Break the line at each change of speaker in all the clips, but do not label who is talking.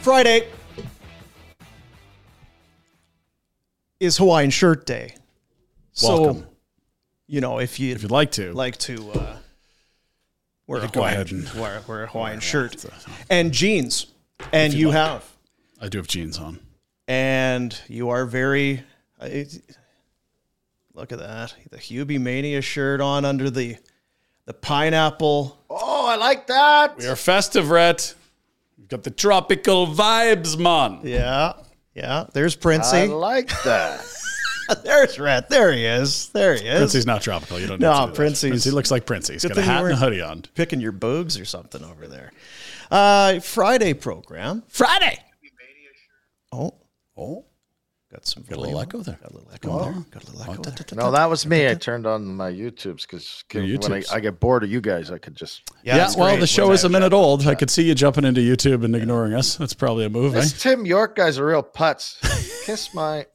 Friday is Hawaiian Shirt Day. So,
Welcome.
you know, if you'd,
If you'd like to,
like to uh, wear, a
could go
Hawaiian,
ahead and-
wear, wear a Hawaiian shirt and jeans, and
you'd
you
like.
have,
I do have jeans on.
and you are very. uh, it- look at that, the Hubie Mania shirt on under the the pineapple.
Oh, I like that. We are festive, Rhett. We've got the tropical vibes, man.
Yeah, yeah. There's Princey.
like that.
there's Rat. There he is. There he is.
Princey's not tropical. You don't
No,
know.
Princey's-
Princey looks like Princey. He's
Good
got a
thing you
hat and a
weren't-
hoodie on.
picking your boobs or something over there. Uh, Friday program.
Friday.
Oh,
Oh,
got some
got a little
volume.
echo Oh, there.
Got a little echo there. Got a little echo there.
No, that was me. I turned on my YouTubes because
Your
when I,
YouTubes.
I get bored of you guys, I could just
Yeah,
that's
well,
great.
the show
What's
is a minute old. I could see you jumping into YouTube and ignoring us. That's probably a move. eh?
This Tim York guy's a real putz. Kiss my.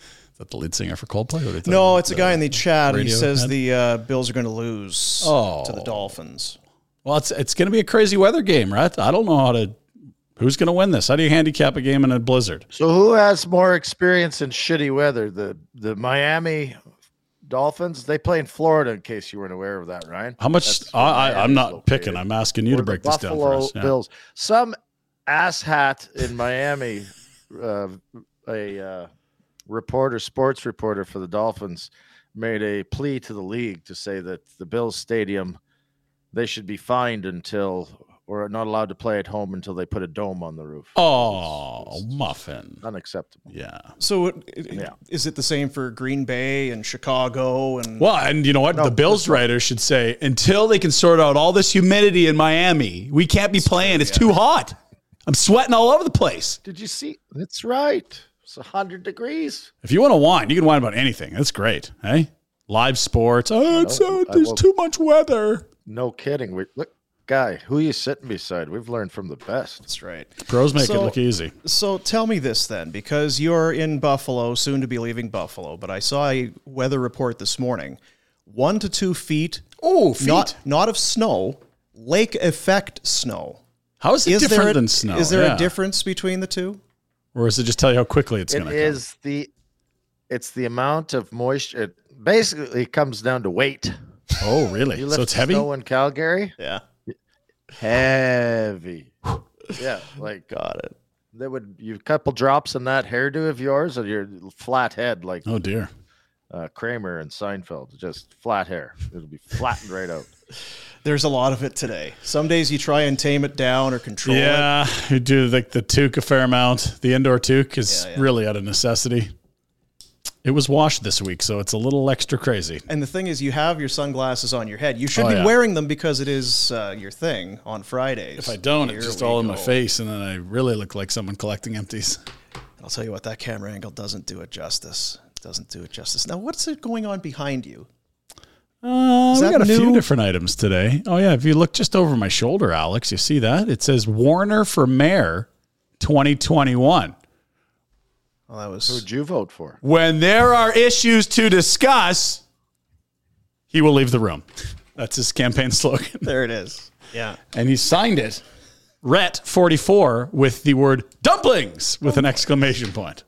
Is that the lead singer for Coldplay? What do you think? uh,
No, it's a guy in the chat. He
radio
says
ad?
the uh, Bills are going to lose
Oh.
to the Dolphins.
Well, it's it's going to be a crazy weather game, right? I don't know how to. Who's going to win this? How do you handicap a game in a blizzard?
So who has more experience in shitty weather? The the Miami Dolphins. They play in Florida. In case you weren't aware of that, Ryan.
How much?
That's where
I, I, I'm
Miami's
not
located.
picking. I'm asking you
Or
to
the
break this
Buffalo
down for us. Yeah.
Bills. Some asshat in Miami, uh, a uh, reporter, sports reporter for the Dolphins, made a plea to the league to say that the Bills stadium they should be fined until or not allowed to play at home until they put a dome on the roof.
Oh, muffin.
Unacceptable.
Yeah.
So, it, it-
Yeah.
is it the same for Green Bay and Chicago? And
Well, and you know what? the Bills writer should say until they can sort out all this humidity in Miami, we can't be playing. It's too hot. I'm sweating all over the place.
Did you see? That's right. It's hundred degrees.
If you want to whine, you can whine about anything. That's great. Hey, live sports. Oh, it's, uh,
I
there's
will-
too much weather.
No kidding. We, look, guy, who you sitting beside? We've learned from the best.
that's right.
Pros make
So-
it look easy.
So, tell me this then, because you're in Buffalo, soon to be leaving Buffalo, but I saw a weather report this morning one to two feet,
Oh,
Not, not of snow, lake effect snow.
How is it
Is
different
there a,
than snow?
Is there
Yeah.
a difference between the two?
Or is it just tell you how quickly it's
It
going to come?
is the it's the amount of moisture. It basically comes down to weight.
Oh, really?
You
So
lift
it's heavy?
snow in Calgary,
Yeah.
heavy. Yeah, like
Got it.
that would you couple drops in that hairdo of yours or your flat head like
Oh dear.
uh, Kramer and Seinfeld, just flat hair. It'll be flattened right out.
There's a lot of it today. Some days you try and tame it down or control it.
Yeah, you do like the toque a fair amount. The indoor toque is
Yeah, yeah.
really out of necessity. It was washed this week, so it's a little extra crazy.
And the thing is, you have your sunglasses on your head. You should
Oh,
be
yeah.
wearing them because it is uh, your thing on Fridays.
If I don't,
Here
it's just
we
all in my
go.
face, and then I really look like someone collecting empties.
I'll tell you what, that camera angle doesn't do it justice. Doesn't do it justice. Now, what's it going on behind you?
Uh,
Is
we
that
got a few
new?
different items today. Oh yeah, if you look just over my shoulder, Alex, you see that it says Warner for Mayor, 2021.
Well, that
Who'd
was
you vote for?
When there are issues to discuss, he will leave the room. That's his campaign slogan.
there. It is. Yeah,
and he signed it ret 44 with the word dumplings with an exclamation point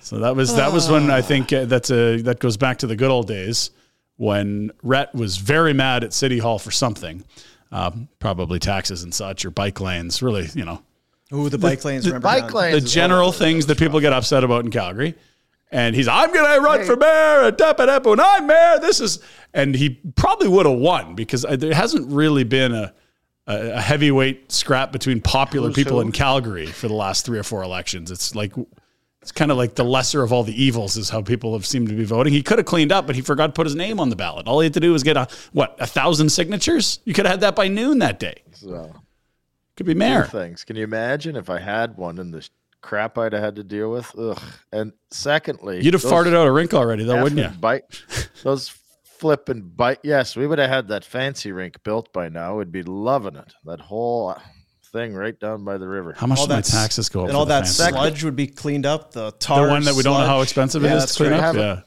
so that was that was when i think uh, that's a that goes back to the good old days when ret was very mad at city hall for something um, probably taxes and such or bike lanes really you know
Ooh, the bike lanes. remember
Bike
down-
lanes.
the
is all
general
over.
things that people get upset about in Calgary. And he's, I'm going to run for mayor, and da- ba- da- ba- when I'm mayor, this is. And he probably would have won because I, there hasn't really been a, a, a heavyweight scrap between popular people in Calgary for the last three or four elections. It's like, it's kind of like the lesser of all the evils is how people have seemed to be voting. He could have cleaned up, but he forgot to put his name on the ballot. All he had to do was get a, what, a thousand signatures? You could have had that by noon that day.
So,
Could be
two
mayor.
things. Can you imagine if I had one and the crap I'd have had to deal with? Ugh. And secondly,
You'd have
those
farted out a rink already, though, wouldn't you?
effing Bike, those flipping bike. Yes, we would have had that fancy rink built by now. We'd be loving it. That whole thing right down by the river.
How much
all
did my
that s-
taxes go up?
And
for
all
the
that
fancy?
sludge would be cleaned up. The
the
tar,
one that we don't know how
sludge.
expensive
Yeah,
it is
that's
to clean
right.
up.
Have it.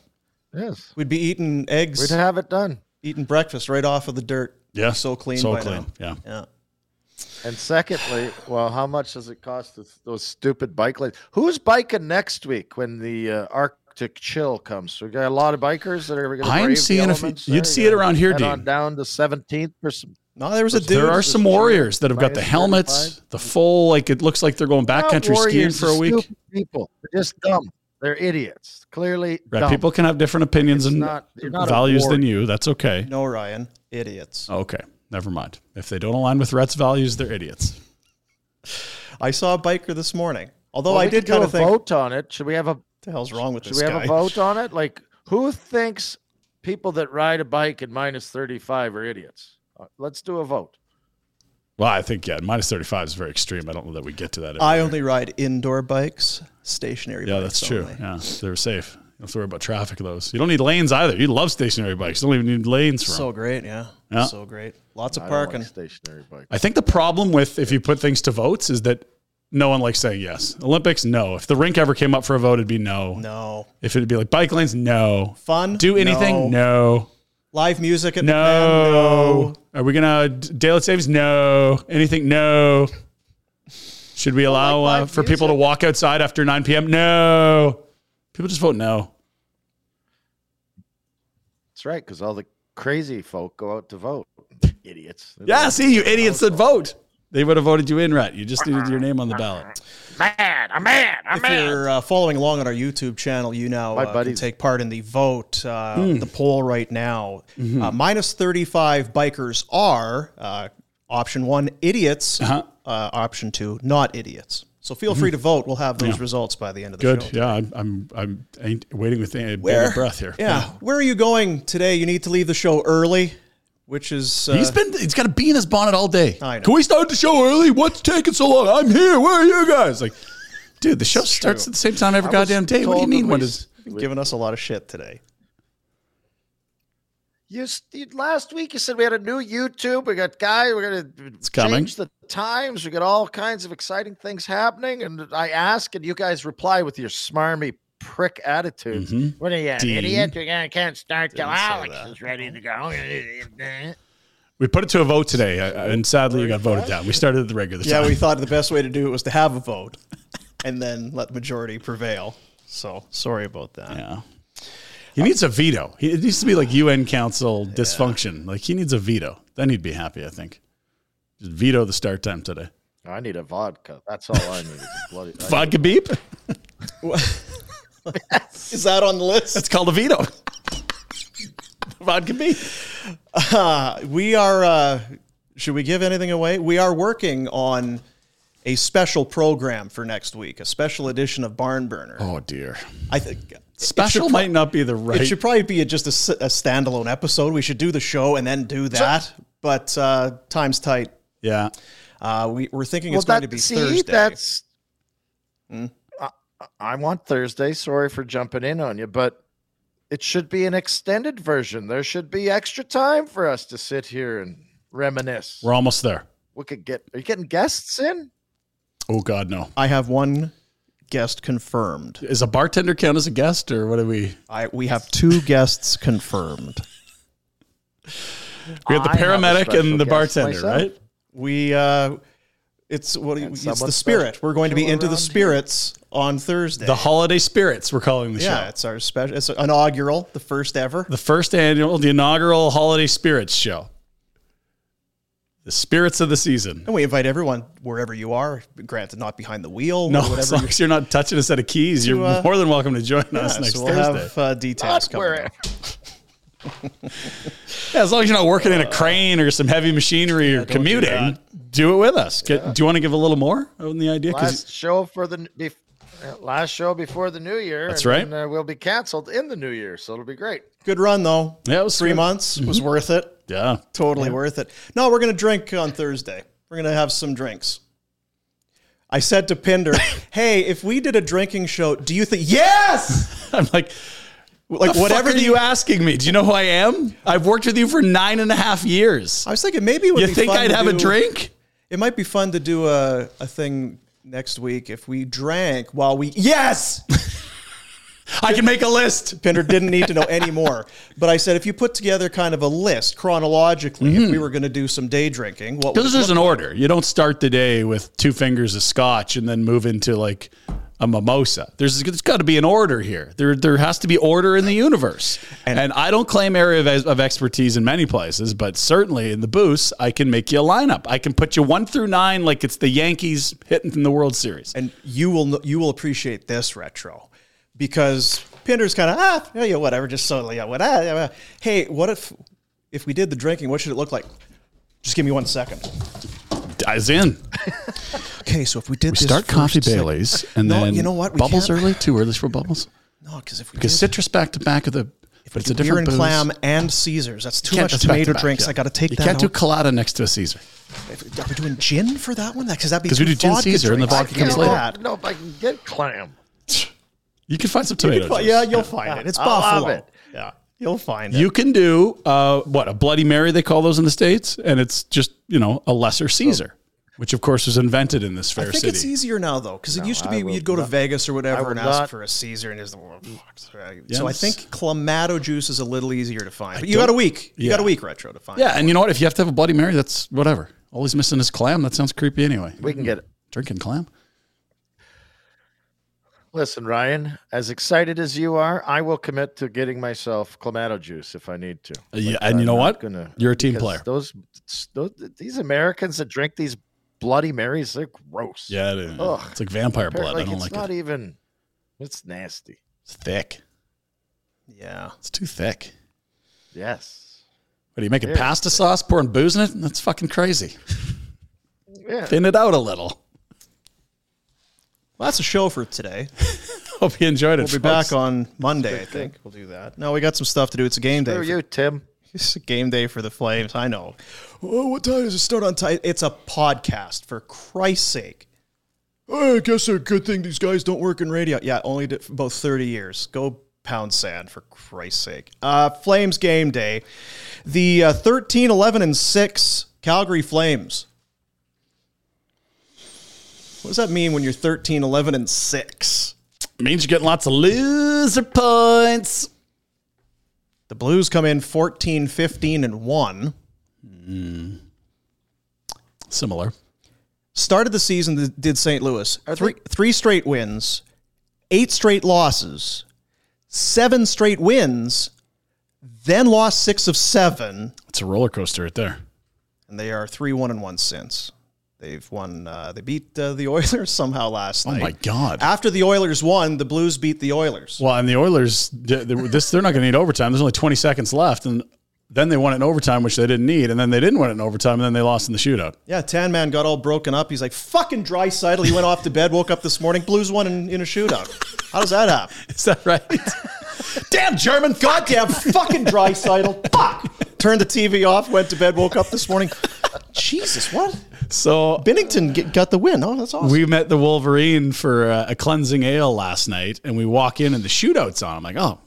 Yeah,
Yes,
We'd be eating
we'd
eggs,
have it done.
eating breakfast right off of the dirt.
yeah,
so clean.
so
by
clean.
now.
Yeah,
Yeah.
And secondly, well, how much does it cost to, those stupid bike lanes? Who's biking next week when the uh, Arctic chill comes? We got a lot of bikers that are going to.
I'm seeing if- you'd see it around here,
head on
Dean.
down to 17th or some.
No, there was a dude.
there are some
Minus
warriors that have got the
35.
helmets, the full like it looks like they're going backcountry
Not
skiing
warriors,
for a
they're
week.
stupid People, they're just dumb. They're idiots. Clearly,
Right,
dumb.
People can have different opinions
It's
and
not- you're not a
values than
warrior.
you. That's okay.
No, Ryan, idiots.
Okay, never mind. If they don't align with Rhett's values, they're idiots.
I saw a biker this morning. Although
Well,
I
we could
did
do
kind
a
of think, what
vote on it. Should we have a
the hell's wrong with
Should
this
we have
guy?
a vote on it? Like, who thinks people that ride a bike at minus 35 are idiots? Uh, let's do a vote.
Well, I think yeah, minus thirty five is very extreme. I don't know that we get to that. every
I
year.
only ride indoor bikes, stationary.
Yeah,
bikes
that's true.
only.
Yeah, they're safe. You don't have to worry about traffic of those. You don't need lanes either. You love stationary bikes. You don't even need lanes for 'em.
So great, yeah.
Yeah.
So great. Lots of
I don't like
parking.
stationary bike.
I think the problem with if you put things to votes is that no one likes saying yes. Olympics, no. If the rink ever came up for a vote, it'd be no.
no.
If it'd be like bike lanes, no.
Fun?
Do anything? No.
Live music
No.
at McMahon? No.
Are we gonna d- daylight savings? No. Anything? No. Should we allow uh, for people to walk outside after 9 p.m.? No. People just vote no.
That's right, because all the crazy folk go out to vote. Idiots. They
Yeah,
don't-
see, you idiots that vote. They would have voted you in, Rat. You just needed your name on the ballot.
If you're uh, following along on our YouTube channel, you now
My
uh, can
buddies.
take part in the vote, uh,
Hmm.
the poll right now.
Mm-hmm.
Uh, minus 35 bikers are uh, option one, idiots.
Uh-huh.
uh option two, not idiots. So feel free to vote. We'll have those results by the end of the
Mm-hmm. Good.
show.
Yeah, I'm I'm, I'm ain't waiting with bated breath here.
Yeah. Where are you going today? You need to leave the show early, which is. Uh,
He's been he's got a bee in his bonnet all day.
I know.
Can we start the show early? What's taking so long? I'm here. Where are you guys? Like, dude, the show starts at the same time every
I was
goddamn day. What do you
told
mean?
that
When
we
does
s-
giving us a lot of shit today.
You, s- you last week you said we had a new YouTube. We got guy. We're gonna change
coming.
the times. We got all kinds of exciting things happening. And I ask, and you guys reply with your smarmy prick attitudes. What are you, an
Dean.
idiot? You can't start till Alex is ready to go.
we put it to a vote today? uh, And sadly, you got voted down. We started at the regular
Yeah,
time.
we thought the best way to do it was to have a vote and then let majority prevail. So sorry about that.
yeah. He needs a veto. He, it needs to be like UN Council dysfunction. Like he needs a veto. Then he'd be happy. I think. Just veto the start time today.
I need a vodka. That's all I need. is a Bloody, I need-
Vodka beep.
Is that on the list?
It's called a veto. Vodka beep.
Uh, we are. Uh, should we give anything away? We are working on a special program for next week, a special edition of Barn Burner.
Oh dear.
I think
Special
should
might not be the right.
It should probably be a, just a, s- a standalone episode. We should do the show and then do that. but uh, time's tight.
yeah.
Uh, we, we're thinking
well,
it's going
that,
to be
see,
Thursday.
that's. I, I want Thursday. Sorry for jumping in on you, but it should be an extended version. There should be extra time for us to sit here and reminisce.
We're almost there.
We could get. Are you getting guests in?
Oh God, no.
I have one guest confirmed.
Is a bartender count as a guest or what do we?
I, we have two guests confirmed.
We have the
I have a
paramedic
special
and the
guest
bartender,
myself.
right?
We uh, it's what do you- it's
someone
the spirit. We're going to be
special
into the
around
spirits on Thursday.
The holiday spirits. We're calling the
yeah,
show
it's our special. It's inaugural, the first ever.
the first annual, the inaugural holiday spirits show. The spirits of the season.
and we invite everyone wherever you are. Granted, not behind the wheel.
No,
or
as
whatever.
long as you're not touching a set of keys, you're
uh,
more than welcome to join us
Yeah,
next
so we'll
Thursday.
have uh, details coming. up.
Yeah, as long as you're not working in a crane or some heavy machinery or commuting, do, it with us. Get- Do you want to give a little more on the idea? 'Cause-
Last show for the n- bef- uh, last show before the new year.
That's
and
right.
Then, uh, we'll be canceled in the new year, so it'll be great.
Good run though.
Yeah, it was
three
good. Mm-hmm.
months was worth it.
yeah,
Totally worth it. No, we're gonna drink on Thursday. We're gonna have some drinks. I said to Pinder, "Hey, if we did a drinking show, do you think yes?
I'm like,
Like whatever
whatever are
the
you asking me? Do you know who I am? I've worked with you for nine and a half years.
I was thinking maybe it would
You
be
think
fun
I'd
to
have a
do-
drink?
It might be fun to do a a thing next week if we drank while we yes.
I can make a list.
Pinder didn't need to know any more. But I said if you put together kind of a list chronologically, if we were going to do some day drinking, what would
Because there's an order. You don't start the day with two fingers of scotch and then move into like a mimosa. There's there's got to be an order here. There there has to be order in the universe. And, I don't claim area of, of expertise in many places, but certainly in the booths, I can make you a lineup. I can put you one through nine like it's the Yankees hitting in the World Series.
and you will kn- you will appreciate this retro because Pinder's kind of ah yeah, yeah whatever just so yeah what ah, yeah, well." hey what if if we did the drinking what should it look like just give me one second
Dies in.
okay so if we did this
Start
first
coffee
sec-
Baileys and
No,
then
you know what? We
bubbles
can't-
early too early for bubbles
no because if we
because
did,
citrus back to back of the. But it's a
do beer
different
and
booze.
clam and Caesars that's too
Can't-
much
that's back to
tomato
back,
drinks
yeah.
I got to take
You
that
can't do
out.
colada next to a Caesar.
are we doing gin for that one because that'd be
'Cause we
two
do gin
vodka
Caesar and the
drinks.
vodka
I can't
comes
do
later.
I
that.
don't know if I can get clam.
You can find some tomato
Fi-
juice.
yeah you'll find it it's
I love
Buffalo
it.
yeah you'll find it
You can do uh, what a Bloody Mary they call those in the states, and it's just you know a lesser Caesar, which of course was invented in this
I
fair
think it's
city.
easier now though, because it used to be you'd go to Vegas or whatever
will
and ask
not-
for a Caesar, and it's the world.
Yeah,
so I
it's-
think clamato juice is a little easier to find. But you got a week. You got a
yeah.
week retro to find.
Yeah, and you know what? If you have to have a Bloody Mary, that's whatever. All he's missing is clam. That sounds creepy anyway.
We can get it.
Drinking clam.
Listen, Ryan, as excited as you are, I will commit to getting myself clamato juice if I need to.
Uh, yeah, and you know
I'm
what?
gonna-
You're a team
because
player.
Those, those these Americans that drink these bloody marys, they're gross.
Yeah, it is.
Ugh.
it's like vampire blood.
Like,
I don't
it's
like
not
it.
even. It's nasty.
e-
It's thick.
Yeah.
It's too thick.
Yes.
What are you making pasta sauce, pouring booze in it? That's fucking crazy.
Yeah.
Thin it out a little.
Well, that's a show for today.
Hope you enjoyed it.
We'll be
folks.
back on Monday, I think. We'll do that. No, we got some stuff to do. It's a game day.
Who are
for-
you, Tim?
It's a game day for the Flames. I know. Oh, what time does it start on time? It's a podcast, for Christ's sake. Oh, I guess a good thing these guys don't work in radio. Yeah, only did for about 30 years. Go pound sand, for Christ's sake. Uh, Flames game day. The uh, 13, 11, and 6 Calgary Flames. What does that mean when you're 13, 11, and 6?
Means you're getting lots of loser points.
The Blues come in 14, 15, and 1.
Similar.
started the season th- did St. Louis three three straight wins, eight straight losses, seven straight wins, then lost six of seven,
It's a roller coaster right there.
and they are three one and one since. They've won. Uh, they beat uh, the Oilers somehow last
Oh
night.
my God.
After the Oilers won, the Blues beat the Oilers.
Well, and the Oilers, they- they- this they're not going to need overtime. There's only 20 seconds left, and then they won it in overtime, which they didn't need, and then they didn't win it in overtime, and then they lost in the shootout.
Yeah, Tan Man got all broken up. He's like, fucking dry sidle. He went off to bed, woke up this morning, Blues won in, in a shootout. How does that happen?
Is that right? Damn German!
Goddamn fucking dry sidle. Fuck. Turned the TV off, went to bed, woke up this morning. Jesus, what?
So
Bennington get, got the win. Oh, that's awesome.
we met the Wolverine for uh, a cleansing ale last night, and we walk in, and the shootout's on. I'm like, oh,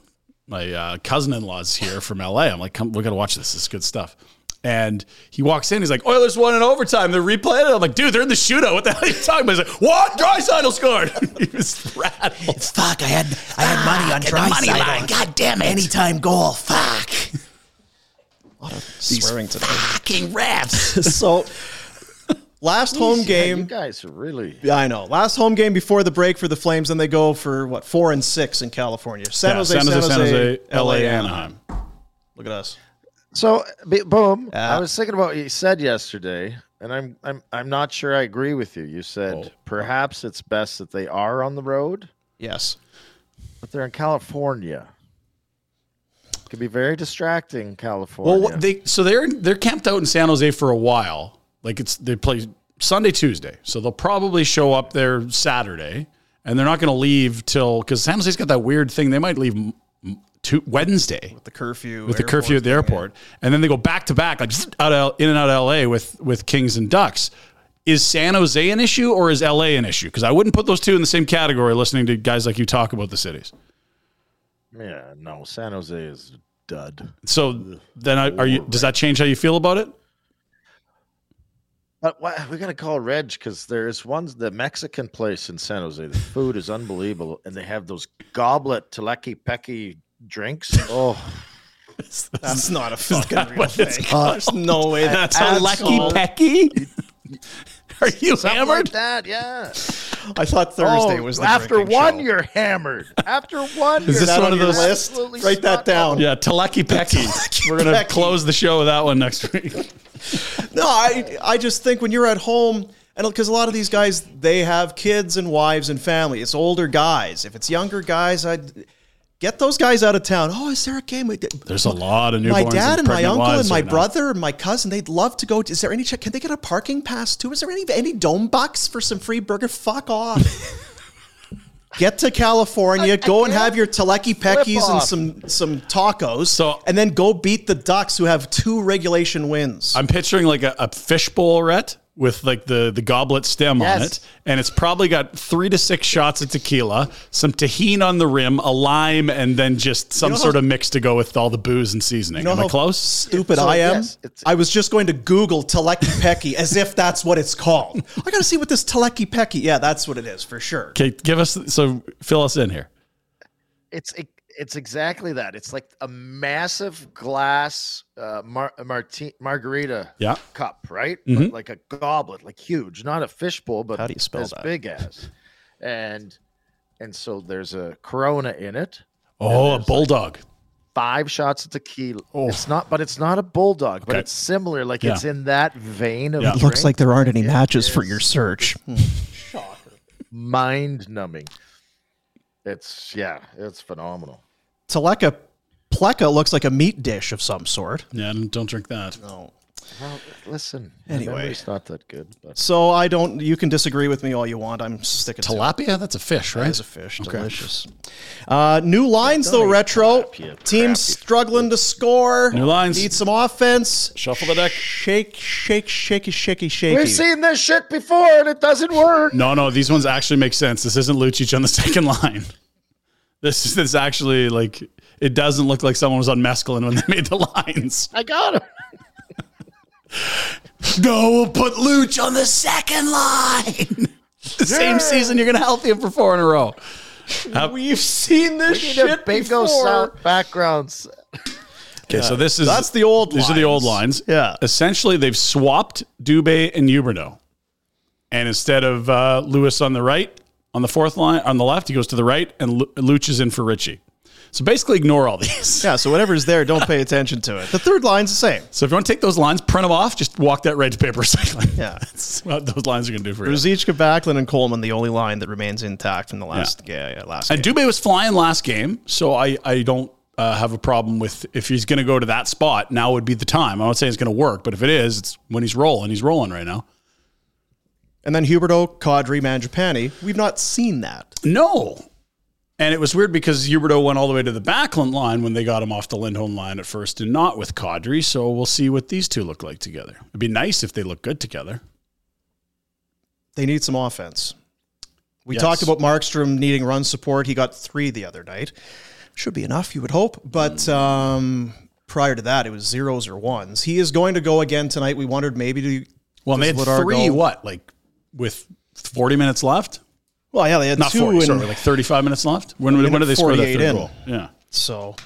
my uh, cousin-in-law's here from LA. I'm like, come, we got to watch this. This is good stuff. And he walks in. He's like, Oilers won in overtime. They're replaying it. I'm like, dude, they're in the shootout. What the hell are you talking about? He's like, what? Drysdale scored. he was rattled. Ah,
Fuck, I had I had money on dry money line. God damn it. Anytime goal. Fuck.
swearing today.
Fucking refs.
so last home
You
game.
guys are really.
Yeah, I know. Last home game before the break for the Flames, then they go for what four and six in California. San,
Yeah,
Jose, San Jose,
LA,
Anaheim.
Anaheim.
Look at us.
So b- boom. I
Ah.
was thinking about what you said yesterday, and I'm I'm I'm not sure I agree with you. You said
Oh.
perhaps it's best that they are on the road,
Yes.
but they're in California. It could be very distracting, California.
Well, what they so they're they're camped out in San Jose for a while. Like it's they play Sunday, Tuesday, so they'll probably show up there Saturday, and they're not going to leave till because San Jose's got that weird thing. They might leave m- m- to Wednesday
The curfew.
with the curfew at the airport, and then they go back to back, like zzz, out of, in and out of L.A. with with Kings and Ducks. Is San Jose an issue or is L.A. an issue? Because I wouldn't put those two in the same category. Listening to guys like you talk about the cities.
yeah, no, San Jose is dud.
So then, I, are you? Does that change how you feel about it?
But why, we gotta call Reg because there is one the Mexican place in San Jose. The food is unbelievable, and they have those goblet teleki pecky drinks. Oh,
That's not a fucking
that
real
what it's
thing. There's no way that's absolute-
pecky. Are you
something
hammered?
like that, yeah. Oh,
I thought Thursday
Oh,
was the
after
drinking
one
show.
you're hammered. After one,
Is
you're
this
that
one
on
of
your
those-
list?
absolutely
Write that
stuck on-
down.
Yeah, Teleki Pecky. We're gonna close the show with that one next week.
No, I I just think when you're at home and because a lot of these guys they have kids and wives and family. It's older guys. If it's younger guys, I'd get those guys out of town. Oh, is there a game?
There's a lot of newborns.
my dad and my
pregnant
uncle
wives
and my
right now.
brother and my cousin, they'd love to go. Is there any check? Can they get a parking pass too? Is there any any dome bucks for some free burger? Fuck off. Get to California, go and have your teleki pekis and
off.
some some tacos,
So-
and then go beat the Ducks, who have two regulation wins.
I'm picturing like a, a fishbowl ret with like the, the goblet stem on
Yes.
it. And it's probably got three to six shots of tequila, some tahine on the rim, a lime, and then just some
know how-
sort of mix to go with all the booze and seasoning. Am I
how
close?
Stupid
So,
I am.
yes, it's-
I was just going to Google Teleki Peki as if that's what it's called. I got to see what this Teleki Peki. Yeah, that's what it is for sure.
Okay, give us so fill us in here.
It's it, it's exactly that. It's like a massive glass uh, mar- marti- margarita
Yeah.
cup, right? But like a goblet, like huge, not a fishbowl, but
Mm-hmm. How do you spell
as
that?
big as. And and so there's a Corona in it.
Oh, a bulldog.
Five shots of tequila.
Oh.
It's not, but it's not a bulldog, but
Okay.
it's similar. Like
Yeah.
it's in that vein of
Yeah.
drink.
Looks like there aren't any matches for your search.
mind numbing. It's yeah, it's phenomenal.
Teleka Pleka looks like a meat dish of some sort.
yeah, don't, don't drink that.
Well, listen.
Anyway.
it's not that good, but
So I don't. You can disagree with me all you want. I'm sticking to it.
Tilapia? That's a fish, right?
That is a fish. Delicious. Uh, new lines though. Retro teams struggling to score.
New lines.
Need some offense.
Shuffle the deck.
Shake, shake, shaky, shaky, shaky.
we've seen this shit before, and it doesn't work.
No, no, these ones actually make sense. This isn't Lucic on the second line. This is this actually like it doesn't look like someone was on mescaline when they made the lines.
I got him.
No, we'll put Luch on the second line. the same season you're gonna healthy him for four in a row.
We've seen this
We need a
shit
bingo
before.
sound backgrounds.
Okay, so this is
That's the old
These are the old lines.
Yeah.
Essentially, they've swapped Dubé and Huberto, and instead of uh, Lewis on the right, on the fourth line, on the left, he goes to the right, and Lu- Luch is in for Richie. So basically, ignore all these.
Yeah, so whatever's there, don't pay attention to it. The third line's the same.
So if you want to take those lines, print them off. Just walk that right to paper recycling.
Yeah.
That's what those lines are going to do for you.
Ruzicka, Backlund, and Coleman, the only line that remains intact from the last, yeah. yeah, last
And
game.
Dubé was flying last game, so I, I don't uh, have a problem with if he's going to go to that spot. Now would be the time. I'm not saying it's going to work, but if it is, it's when he's rolling. He's rolling right now.
And then Huberto, Kadri, Manjapani. We've not seen that.
No. And it was weird because Huberto went all the way to the back line when they got him off the Lindholm line at first and not with Kadri. So we'll see what these two look like together. It'd be nice if they look good together.
They need some offense. We
Yes.
talked about Markstrom needing run support. He got three the other night. Should be enough, you would hope. But
Mm.
um, prior to that, it was zeros or ones. He is going to go again tonight. We wondered maybe to.
Well,
does
they had
Vladar
three,
go-
what, like with 40 minutes left?
Well, yeah, they had
Not
two.
40,
in-
sorry, like 35 minutes left? When,
Minute
when did they score that
48
third
in.
goal? Yeah.
So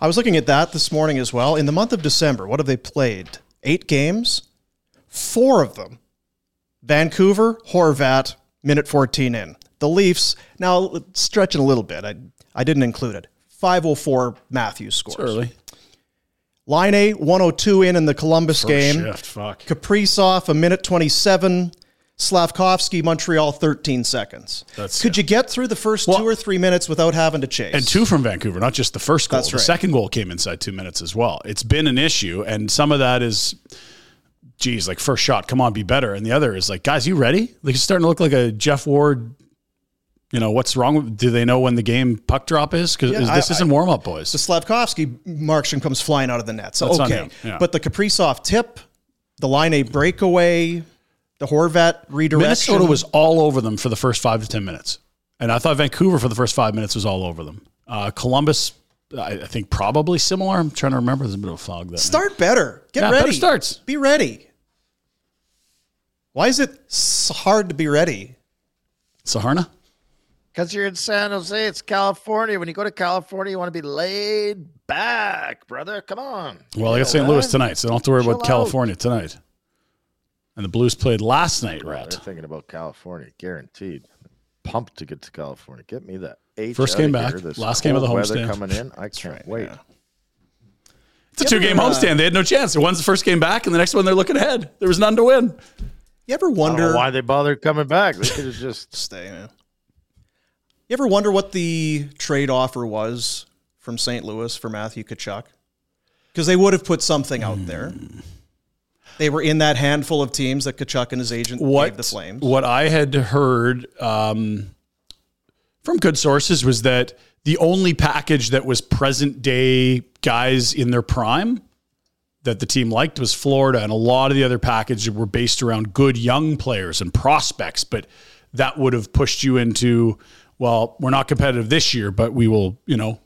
I was looking at that this morning as well. In the month of December, what have they played? Eight games, four of them. Vancouver, Horvat, minute 14 in. The Leafs, now stretching a little bit. I, I didn't include it. 504 Matthews scores.
It's early.
Line A, 102 in in the Columbus game.
Shift, fuck.
Kaprizov, a minute 27. Slavkovsky, Montreal, 13 seconds.
That's-
Could you get through the first
Well-
two or three minutes without having to chase?
And two from Vancouver, not just the first goal.
That's
the
right.
second goal came inside two minutes as well. It's been an issue, and some of that is, geez, like first shot, come on, be better. And the other is like, guys, you ready? Like it's starting to look like a Jeff Ward. You know what's wrong? with Do they know when the game puck drop is? Because
Yeah,
this
I-
isn't warm up, boys.
to Slavkovsky, Markstrom comes flying out of the net. So
That's on
okay,
him, yeah.
but the Kaprizov tip, the line a breakaway, the Horvat redirection.
Minnesota was all over them for the first five to ten minutes, and I thought Vancouver for the first five minutes was all over them. Uh, Columbus, I, I think probably similar. I'm trying to remember. There's a bit of a fog there.
start better. Get
Yeah, better
ready.
starts.
Be ready. Why is it s- hard to be ready?
Saharna.
Because you're in San Jose, it's California. When you go to California, you want to be laid back, brother. Come on.
Well, I got St. Louis tonight, so don't have to worry about
Chill out.
California tonight. And the Blues played last night,
They're
Rat.
thinking about California, guaranteed. Pumped to get to California. Get me that. H
First
outta
game
here.
back,
This
last game of the
cold
homestand.
weather coming in. I can't wait.
It's a two game homestand. They had no chance. One's the first game back, and the next one they're looking ahead. There was none to win.
You ever
I don't know
wonder?
why they bothered coming back. They could have just
Stay. yeah. You ever wonder what the trade offer was from St. Louis for Matthew Kachuk? Because they would have put something
Hmm.
out there. They were in that handful of teams that Kachuk and his agent gave
What,
the Flames.
what I had heard um, from good sources was that the only package that was present day guys in their prime that the team liked was Florida, and a lot of the other packages were based around good young players and prospects. But that would have pushed you into, well, we're not competitive this year, but we will, you know,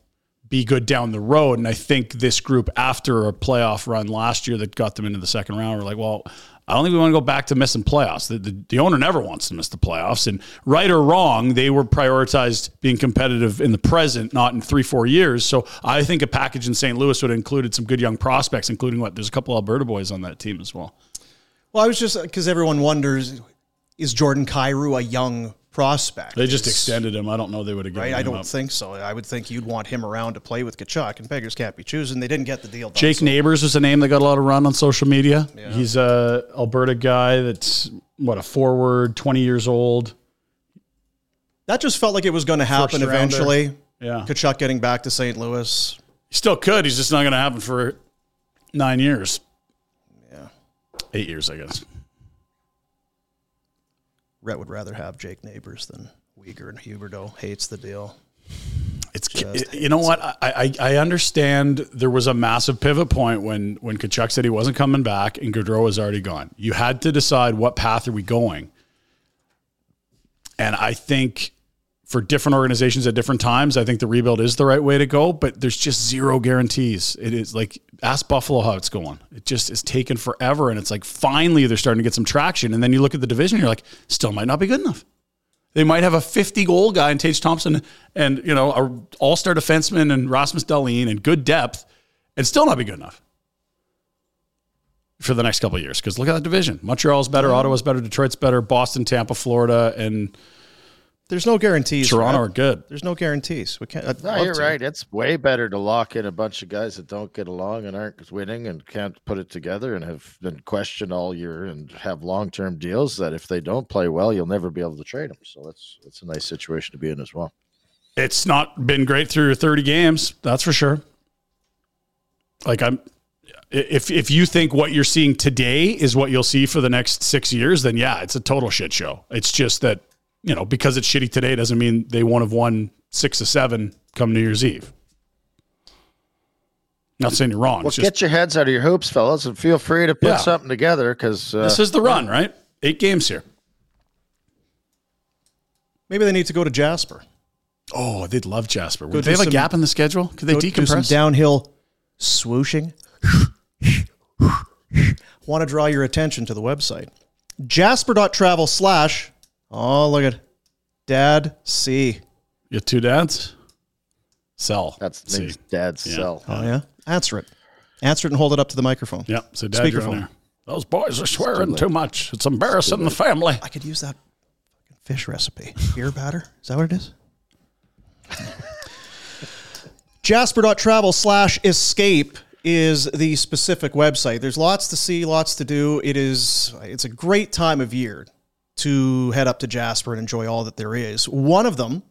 be good down the road. And I think this group, after a playoff run last year that got them into the second round, were like, well, I don't think we want to go back to missing playoffs. The, the, the owner never wants to miss the playoffs. And right or wrong, they were prioritized being competitive in the present, not in three, four years. So I think a package in St. Louis would have included some good young prospects, including what? There's a couple Alberta boys on that team as well.
Well, I was just because everyone wonders is Jordan Cairo a young prospect?
They just
Is-
extended him. I don't know they would have given
Right?
him
I don't
up.
think so. I would think you'd want him around to play with Kachuk, and beggars can't be choosing. They didn't get the deal done.
Jake
so-
Neighbors is a name that got a lot of run on social media. He's a Alberta guy that's what a forward, twenty years old.
That just felt like it was going to happen
rounder.
eventually.
Yeah,
Kachuk getting back to St. Louis.
he still could. He's just not going to happen for nine years. Yeah, eight years, I guess.
Rhett would rather have Jake Neighbors than Uyghur and Huberto. Hates the deal.
It's you know what I, I I understand there was a massive pivot point when when Kachuk said he wasn't coming back and Gaudreau was already gone. You had to decide what path are we going, and I think for different organizations at different times, I think the rebuild is the right way to go. But there's just zero guarantees. It is like ask Buffalo how it's going. It just is taken forever, and it's like finally they're starting to get some traction. And then you look at the division, and you're like, still might not be good enough. They might have a 50 goal guy in Tage Thompson and, you know, an all star defenseman and Rasmus Dahlin and good depth and still not be good enough for the next couple of years. Because look at that division. Montreal's better, Ottawa's better, Detroit's better, Boston, Tampa, Florida, and
There's no guarantees.
Toronto
Rob.
are good.
There's no guarantees. We can't. I'd
No,
love
you're
to.
right. It's way better to lock in a bunch of guys that don't get along and aren't winning and can't put it together and have been questioned all year and have long term deals that if they don't play well, you'll never be able to trade them. So that's that's a nice situation to be in as well.
It's not been great through 30 games, that's for sure. Like I'm if if you think what you're seeing today is what you'll see for the next 6 years, then yeah, it's a total shit show. It's just that, you know, because it's shitty today doesn't mean they won't have won 6 or 7 come New Year's Eve. Not saying you're wrong.
Well,
It's just
get your heads out of your hoops, fellas, and feel free to put
Yeah.
something together because uh,
this is the run, right? 8 games here.
Maybe they need to go to Jasper.
Oh, they'd love Jasper.
Go
Would they
do
have a
some-
gap in the schedule? Could they
Go do some
decompress?
downhill swooshing. Want to draw your attention to the website jasper.travel slash. Oh, look at Dad C.
your two dads? Sell.
that's the
See.
name's dad's
Yeah. Uh,
cell.
Oh, yeah. Answer it. Answer it and hold it up to the microphone.
Yeah, so dad, you're on
Speakerphone.
there. Those boys are swearing too much. It's embarrassing the family.
I could use that fucking fish recipe. Beer batter? Is that what it is? Jasper.travel slash escape is the specific website. There's lots to see, lots to do. It is it's a great time of year to head up to Jasper and enjoy all that there is. One of them,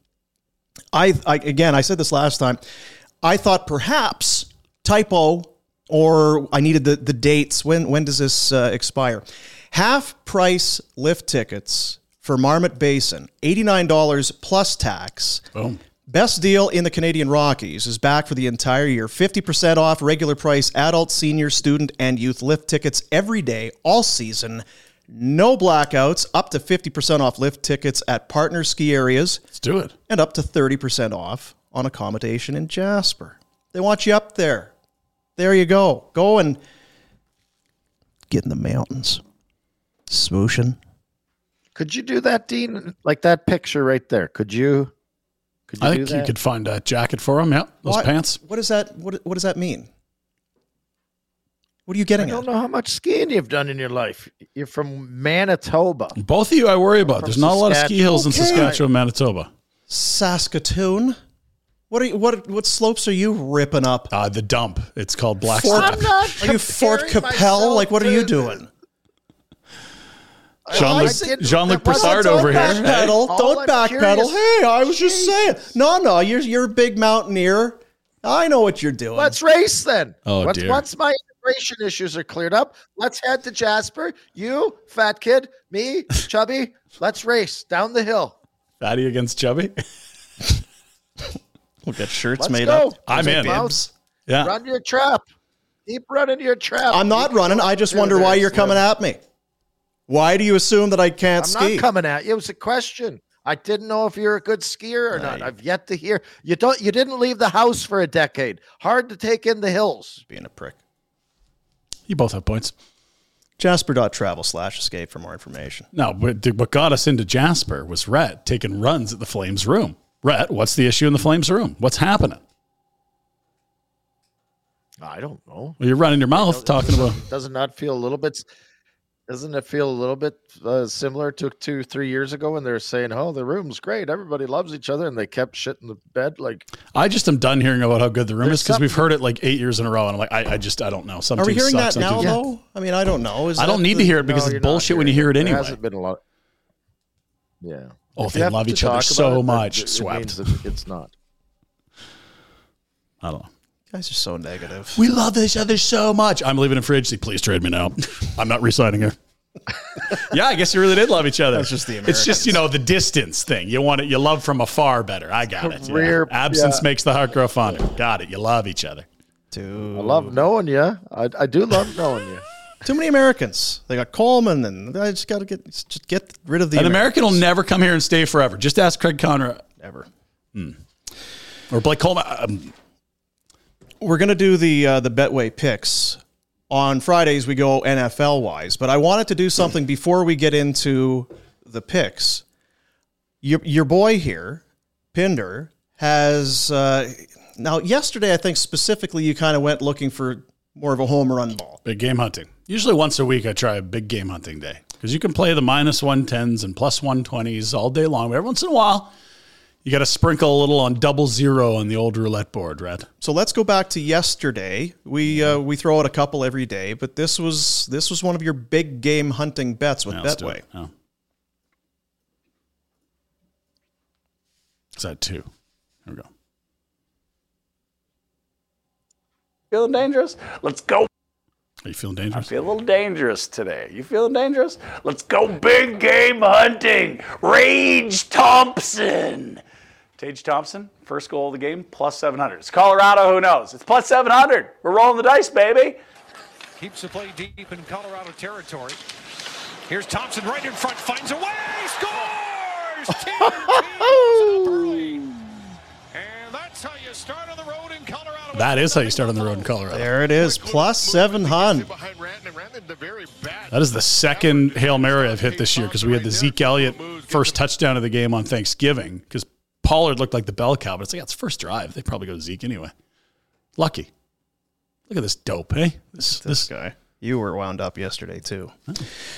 I, I again I said this last time. I thought perhaps typo or I needed the, the dates. When when does this uh, expire? Half price lift tickets for Marmot Basin, eighty nine dollars plus tax.
Boom.
Best deal in the Canadian Rockies is back for the entire year. 50% off regular price adult, senior, student, and youth lift tickets every day, all season. No blackouts, up to 50% off lift tickets at partner ski areas
Let's do it.
and up to 30% off on accommodation in Jasper. They want you up there. There you go. Go and get in the mountains. Swooshing.
Could you do that, Dean? Like that picture right there. Could you? Could you
I
do
think you
that?
could find a jacket for him. Yeah, those
What-
pants.
What does that what, what does that mean? What are
I
you getting
don't
at?
know how much skiing you've done in your life. You're from Manitoba.
Both of you, I worry about.
From
There's not a lot of ski
Saskatchewan.
hills in
Okay.
Saskatchewan, Manitoba.
Saskatoon? What are you, what what slopes are you ripping up?
Uh, the dump. It's called
Fort-
Blackstaff.
are you Fort
comparing
Capel?
myself
Like what are you
to-
doing?
Jean
I
Luc
did-
Jean Luc
that wasn't
Broussard over
back
here.
then.
backpedal.
All
Don't
I'm
backpedal.
curious-
Hey, I was just saying. No, no, you're you're a big mountaineer. I know what you're doing.
Let's race then.
Oh,
once,
dear.
once my immigration issues are cleared up, let's head to Jasper. You, fat kid, me, chubby. let's race down the hill.
Fatty against Chubby.
we'll get shirts
Let's go.
I'm in.
Mouse,
Yeah.
Run your trap. Keep running your trap.
I'm not running. I just wonder why you're coming at me. Why do you assume that I can't
I'm
ski?
not coming at you. It was a question. I didn't know if you're a good skier or not. I've yet to hear. You don't. You didn't leave the house for a decade. Hard to take in the hills.
Being a prick.
You both have points.
Jasper.travel slash escape for more information.
No, but th- what got us into Jasper was Rhett taking runs at the Flames room. Rhett, what's the issue in the Flames room? What's happening?
I don't know.
Well, you're running your mouth talking about.
Does it not feel a little bit? Doesn't it feel a little bit uh, similar to two, three years ago when they were saying, "Oh, the room's great. Everybody loves each other," and they kept shit in the bed. Like,
I just am done hearing about how good the room
There's
is because we've
something-
heard it like eight years in a row, and I'm like, I, I just I don't know. Some
Are we
team
hearing
sucks,
that
some
now
team-
though? I mean, I don't know. Is
I don't
that
need
the-
to hear it because
no, you're
it's
not
bullshit when you hear
hearing
it
There
anyway.
hasn't been a lot. Yeah.
Oh,
If
they
you have
love
to
each other
talk
so
about it, then
much,
it- it
swept.
means that It's not.
I don't know.
You guys are so negative.
We love each other so much. I'm leaving in for agency. Please trade me now. I'm not resigning here. yeah, I guess you really did love each other.
That's just the
It's just you know the distance thing. You want it. You love from afar better. I got it. yeah.
Career-
Absence
yeah.
makes the heart grow fonder. Got it. You love each other.
I
Too,
love knowing you. I, I do love knowing you.
too many Americans. They got Coleman, and I just got to get just get rid of the
An American will never come here and stay forever. Just ask Craig Conrad
ever.
or Blake Coleman. Um,
we're gonna do the uh, the Betway picks on Fridays. We go NFL wise, but I wanted to do something before we get into the picks. Your your boy here, Pinder, has uh, now. Yesterday, I think specifically, you kind of went looking for more of a home run ball.
big game hunting. Usually once a week, I try a big game hunting day. because you can play the minus 110s and plus 120s all day long. But every once in a while, you got to sprinkle a little on double zero on the old roulette board, Red.
So let's go back to yesterday. We uh, we throw out a couple every day, but this was this was one of your big game hunting bets with
Yeah, let's do
Betway.
it. Oh. Is that two? There we go.
Feeling dangerous? Let's go.
Are you feeling dangerous?
Feel a little dangerous today. You feeling dangerous? Let's go big game hunting. Rage Thompson. Tage Thompson, first goal of the game, plus 700. It's Colorado, who knows? It's plus 700. We're rolling the dice, baby.
Keeps the play deep in Colorado territory. Here's Thompson right in front, finds a way, scores! Ten teams up early. And that's how you start on the road in Colorado.
that is how you start on the road in Colorado.
There it is, plus seven hundred.
Behind Ratton and Ratton, the very bad.
That is the second Hail Mary I've hit this year because we had the Zeke Elliott first touchdown of the game on Thanksgiving because Pollard looked like the bell cow, but it's like, that's first drive. They probably go to Zeke anyway. Lucky. Look at this dope, hey? This, this,
guy. You were wound up yesterday too.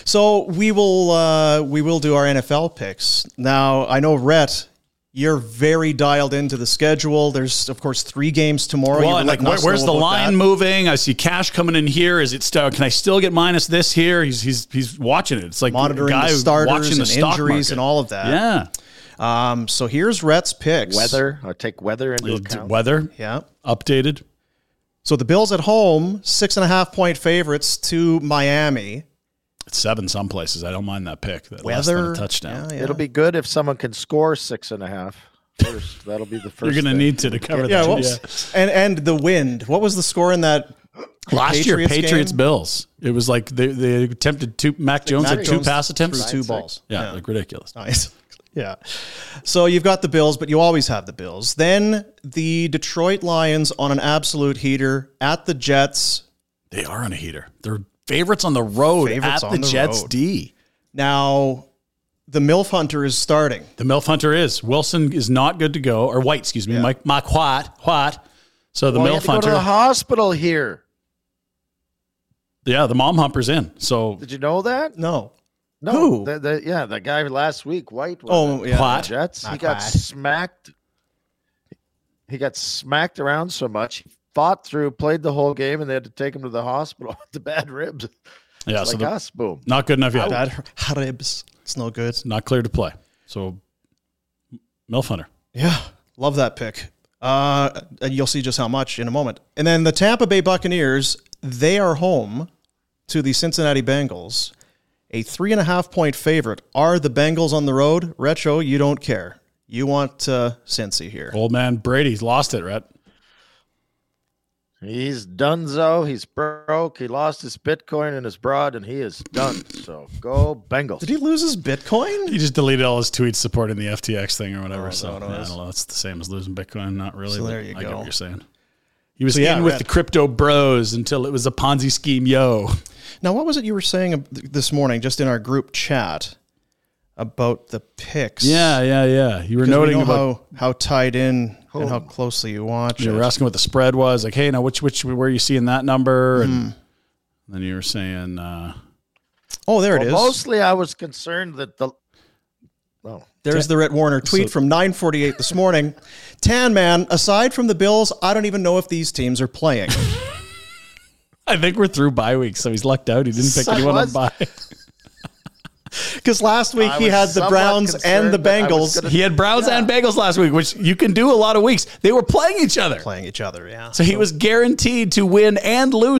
So we will uh, we will do our NFL picks now. I know Rhett, you're very dialed into the schedule. There's of course three games tomorrow. You
Well,
were
and like,
letting
where-
us
where's
know
the
about
line
that.
moving? I see cash coming in here. Is it still? Can I still get minus this here? He's he's he's watching it. It's like
Monitoring
a guy
the starters
watching the
and
stock
injuries
market.
and all of that.
Yeah,
Um, so here's Rhett's picks.
Weather. I take weather into
It's
account.
weather
Yeah.
updated.
So the Bills at home, six and a half point favorites to Miami.
It's seven some places. I don't mind that pick. That less than
Weather
a touchdown.
Yeah, yeah.
It'll be good if someone can score six and a half. First, that'll be the 1st
You're going to
thing.
need to to cover
Yeah,
that.
well,
yeah.
and and the wind. What was the score in that?
Last year,
Patriots game?
Patriots Bills. It was like they, they attempted two. Mac Jones
Mac
had two
Jones
pass
threw
attempts.
two balls.
Yeah, like ridiculous.
Nice. Yeah. So you've got the Bills, but you always have the Bills. Then the Detroit Lions on an absolute heater at the Jets.
They are on a heater. They're favorites on the road
Favorites
at
on
the,
the
Jets
road.
D.
Now, the MILF Hunter is starting.
The MILF Hunter is. Wilson is not good to go, or White, excuse me. Mike, Mike White. White. So the
Well, you have
MILF
to go to the
Hunter.
hospital here.
Yeah, the mom humper's in. So
Did you know that?
No.
No.
Who?
The, the, yeah, the guy last week, White. was
Oh,
it?
yeah.
Plot.
Jets. He
Not
got
bad.
smacked. He got smacked around so much. He fought through, played the whole game, and they had to take him to the hospital with the bad ribs.
yeah, so
like
the-
us, boom.
not good enough yet.
Bad ribs. It's no good.
Not clear to play. So MILF Hunter.
Yeah, love that pick. Uh, and you'll see just how much in a moment. And then the Tampa Bay Buccaneers, they are home to the Cincinnati Bengals. A three and a half point favorite. Are the Bengals on the road? Retro, you don't care. You want uh, Cincy here.
Old man Brady's lost it, right?
He's donezo. He's broke. He lost his Bitcoin and his broad, and he is done. so go Bengals.
Did he lose his Bitcoin?
He just deleted all his tweets supporting the FTX thing or whatever.
Oh,
so
no, no,
yeah, I
it's-
don't know. It's the same as losing Bitcoin. Not really.
So
but
there you
I get
go.
what you're saying. He was
So, yeah,
in with
Red.
the crypto bros until it was a Ponzi scheme, yo.
Now, what was it you were saying ab- th- this morning, just in our group chat, about the picks?
Yeah, yeah, yeah. You were
Because we
noting
know
about
how, how tied in and how closely you watch
you
it.
were asking what the spread was, like, hey, now which which where are you seeing that number? And then you were saying, uh,
Oh, there it
Well,
is.
Mostly, I was concerned that the. Oh,
There's the Rhett Warner tweet from 9:48 this morning. Tan man, aside from the Bills, I don't even know if these teams are playing.
I think we're through bye week, so he's lucked out. He didn't pick
So I
anyone
was-
on bye.
Because last week
I
he
was
had the
somewhat
Browns and
concerned
the
that I was
Bengals
gonna-
He had Browns and Bagels last week, which you can do a lot of weeks. They were playing each other,
playing each other. Yeah.
so he was guaranteed to win and lose.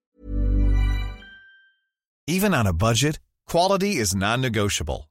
Even on a budget, quality is non-negotiable.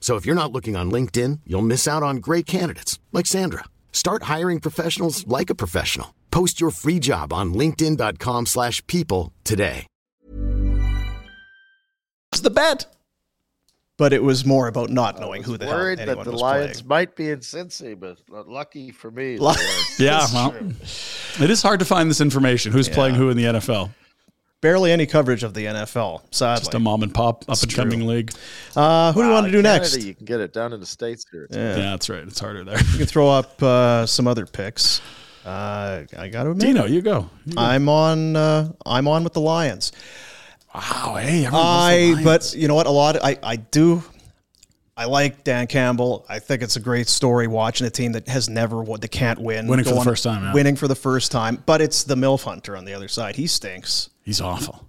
So if you're not looking on LinkedIn, you'll miss out on great candidates like Sandra. Start hiring professionals like a professional. Post your free job on linkedin.com/people slash people today.
It's the bet. But it was more about not knowing who the hell
Worried
anyone
that the
was
Lions
playing.
might be in Cincy, but lucky for me,
Li-
they weren't.
Yeah,
That's
well,
true.
it is hard to find this information. Who's playing who in the NFL?
Barely any coverage of the NFL, sadly.
Just a mom and pop up and coming league.
Uh, who do you
Wow,
want to do
in Canada,
next?
You can get it down in the states here. It's
Yeah.
Yeah. that's right. It's harder there.
You can throw up uh, some other picks. Uh, I got to admit,
Dino, you go. You go.
I'm on. Uh, I'm on with the Lions.
wow, hey, everyone loves the
I
Lions.
but you know what? A lot. I I do. I like Dan Campbell. I think it's a great story watching a team that has never won, that can't win,
Winning for
go
the
on-
first time, yeah.
winning for the first time. But it's the milf hunter on the other side. He stinks.
he's awful.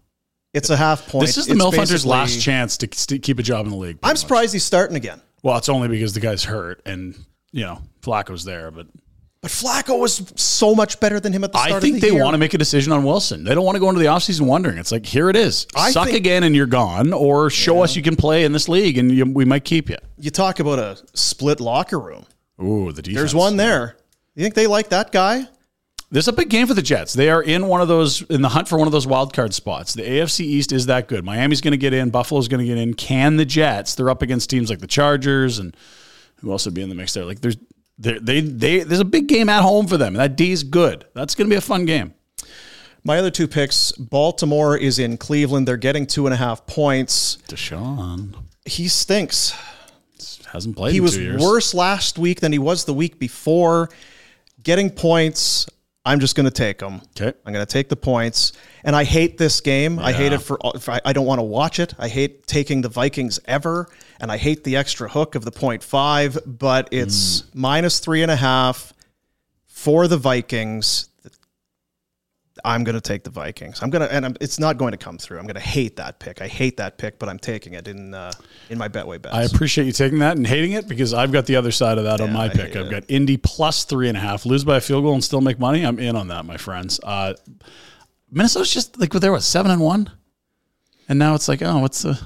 It's a half point.
This is the
It's
Milf Hunter's
basically-
last chance to st- keep a job in the league.
I'm surprised he's starting again.
Well, it's only because the guy's hurt and, you know, Flacco's there, but
But Flacco was so much better than him at the start.
I think
of the
they
year.
want to make a decision on Wilson. They don't want to go into the offseason wondering. It's like, here it is.
I
Suck
think-
again and you're gone, or show us you can play in this league and you, we might keep you.
You talk about a split locker room.
Ooh, the defense.
There's one there. You think they like that guy?
This is a big game for the Jets. They are in one of those in the hunt for one of those wild card spots. The AFC East is that good. Miami's going to get in. Buffalo's going to get in. Can the Jets? They're up against teams like the Chargers and who else would be in the mix there? Like there's there they they there's a big game at home for them. That D's good. That's going to be a fun game.
My other two picks Baltimore is in Cleveland. They're getting two and a half points.
Deshaun
He stinks.
hasn't played.
he
in
was
two years.
worse last week than he was the week before. Getting points, I'm just going to take them.
Okay.
I'm going to take the points. And I hate this game. I hate it for, for I- I don't want to watch it. I hate taking the Vikings ever. And I hate the extra hook of the point five, but it's
Hmm.
minus three and a half for the Vikings. I'm going to take the Vikings. I'm going to, and I'm, it's not going to come through. I'm going to hate that pick. I hate that pick, but I'm taking it in uh, in my betway bets.
I appreciate you taking that and hating it because I've got the other side of that on
Yeah,
my
I
pick.
hate
I've
it.
got Indy plus three and a half, lose by a field goal and still make money. I'm in on that, my friends. Uh, Minnesota's just like they're what seven and one, and now it's like oh, what's the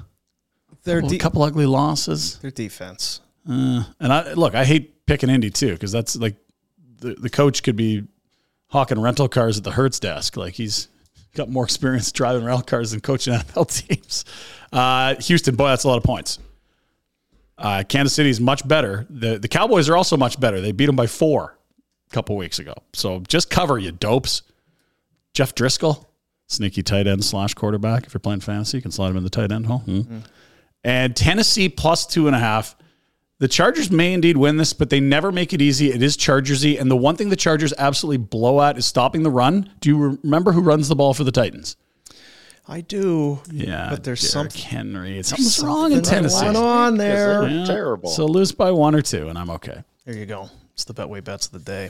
They're
well, a
de-
couple ugly losses?
Their defense.
Uh, and I look, I hate picking Indy too because that's like the the coach could be hawking rental cars at the Hertz desk. Like he's got more experience driving rental cars than coaching NFL teams. Uh, Houston, boy, that's a lot of points. Uh, Kansas City is much better. The the Cowboys are also much better. They beat them by four a couple weeks ago. So just cover you dopes. Jeff Driscoll, sneaky tight end slash quarterback. If you're playing fantasy, you can slide him in the tight end hole. Hmm. And Tennessee plus two and a half. The Chargers may indeed win this, but they never make it easy. It is Chargersy, and the one thing the Chargers absolutely blow at is stopping the run. Do you remember who runs the ball for the Titans?
I do.
Yeah,
But there's
Derrick
something-
Henry. It's something's wrong in Tennessee.
going on there.
Yeah.
terrible.
So lose by one or two, and I'm okay.
There you go. It's the betway bets of the day.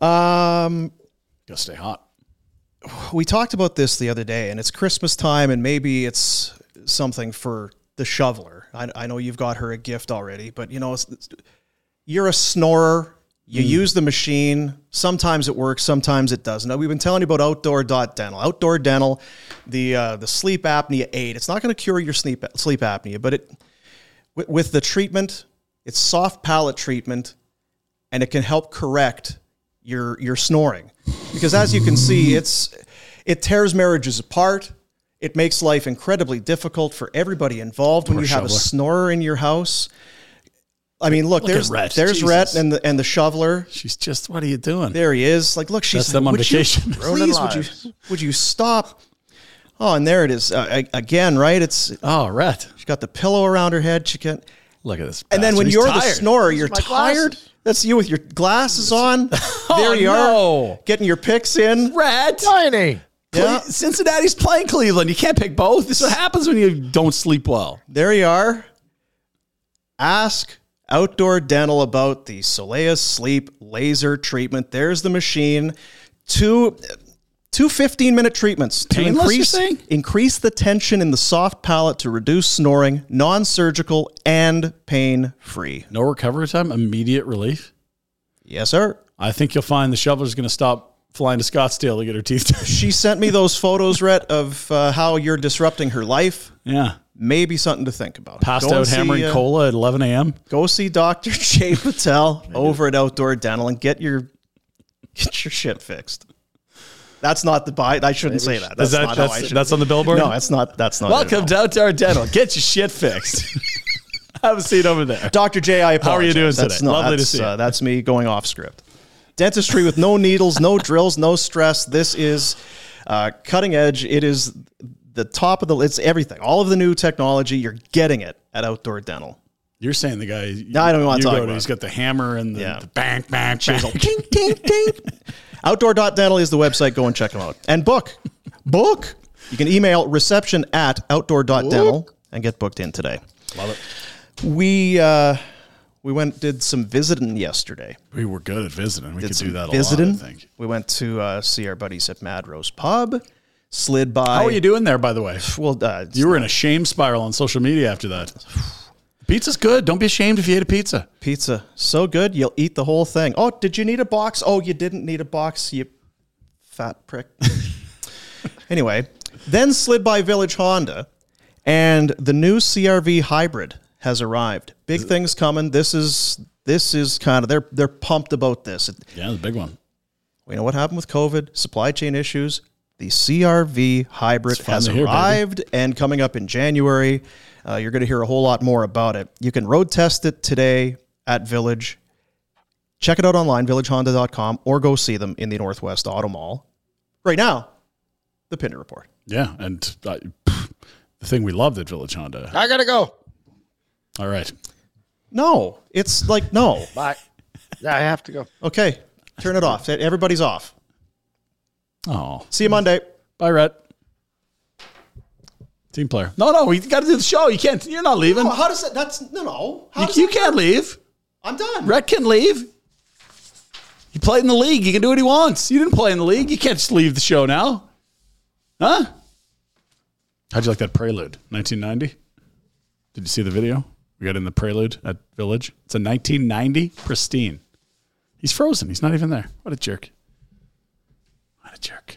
Um,
Gotta stay hot.
we talked about this the other day, and it's Christmas time, and maybe it's something for the shoveler. I, I know you've got her a gift already, but you know, it's, it's- you're a snorer. You
Hmm.
use the machine. Sometimes it works, sometimes it doesn't. We've been telling you about Outdoor Dot Dental. Outdoor Dental, the uh, the sleep apnea aid. It's not going to cure your sleep sleep apnea, but it with, with the treatment, it's soft palate treatment, and it can help correct your your snoring. Because as you can see, it's it tears marriages apart. It makes life incredibly difficult for everybody involved when
Poor
you have a
shoveler.
snorer in your house. I mean, look,
Look at
there's
Rhett.
there's
Jesus.
Rhett and the and the shoveler.
She's just, what are you doing?
There he is. Like, look, she's
That's
like,
them on
"Would you
vacation."
Ruining
please, would
lives.
you would you stop? Oh, and there it is uh, a- again, right? It's
Oh, Rhett.
she got the pillow around her head. She can
Look at this.
and then
bastard.
when
He's
you're the
tired.
snorer, you're
my glasses.
tired. That's you with your glasses on. there you
Oh, no.
are, getting your picks in.
Rhett.
Tiny.
Yeah.
Cle- Cincinnati's playing Cleveland. You can't pick both. This is what happens when you don't sleep well.
There you are. Ask Outdoor Dental about the Soleus Sleep laser treatment. There's the machine. Two two 15 minute treatments to
Painless, you're
increase
saying?
increase the tension in the soft palate to reduce snoring, non-surgical and pain free.
No recovery time, immediate relief.
Yes, sir.
I think you'll find the shoveler's going to stop flying to Scottsdale to get her teeth done.
She sent me those photos, Rhett, of uh, how you're disrupting her life.
yeah.
Maybe something to think about.
Passed
Go
out
and see,
hammering
uh,
cola at 11 a.m.
Go see Dr. Jay Patel over at Outdoor Dental and get your get your shit fixed. That's not the buy. I shouldn't say that.
Is that-
not
that's- that's on the billboard?
No, that's not. That's not. it at
Welcome
all.
to Outdoor Dental. Get your shit fixed. Have a seat over there.
Dr. J. I apologize.
How are you doing
That's
today?
not-
Lovely to
that's,
see you.
Uh, that's me going off script. Dentistry with no needles, no drills, no stress. This is uh, cutting edge. It is the top of the. It's everything. All of the new technology. You're getting it at Outdoor Dental.
You're saying the guy.
No, I don't even want
you
to talk
go
about
He's
it.
got the hammer and the,
Yeah.
the bang, bang,
Chisel.
bang.
Tink, tink, tink. Outdoor.dental E is the website. Go and check them out. And book. Book. You can email reception at outdoor.dental E and get booked in today.
Love it.
We uh, we went did some visiting yesterday.
We were good at visiting. We could do that a
visiting.
lot, I think.
We went to uh, see our buddies at Mad Rose Pub. Slid by.
How are you doing there, by the way?
Well, uh,
You were in a shame spiral on social media after that. Pizza's good. Don't be ashamed if you ate a pizza.
pizza so good you'll eat the whole thing. Oh, did you need a box? Oh, you didn't need a box. You fat prick. anyway, then slid by Village Honda, and the new CRV hybrid has arrived. Big things coming. This is this is kind of they're they're pumped about this. It,
Yeah, the big one.
We know what happened with COVID, supply chain issues. The CRV hybrid
It's fun
has
to hear, baby.
arrived and coming up in January. Uh, you're going to hear a whole lot more about it. You can road test it today at Village. Check it out online, villagehonda.com, or go see them in the Northwest Auto Mall. Right now, the Pinder Report.
Yeah, and uh, pff, the thing we loved at Village Honda.
I gotta go.
All right.
No, it's like, no.
Bye. Yeah, I have to go.
Okay, turn it off. Everybody's off.
Oh,
See you Monday.
bye, Rhett. Team player. No, no, we got to do the show. You can't. You're not leaving.
No, how does that? That's no, no. How
you,
does
you
that-
can't leave.
I'm done.
Rhett can leave. He played in the league. He can do what he wants. You didn't play in the league. You can't just leave the show now, huh? How'd you like that prelude? 1990. Did you see the video? We got in the prelude at Village. It's a 1990 pristine. He's frozen. He's not even there. What a jerk. What a jerk.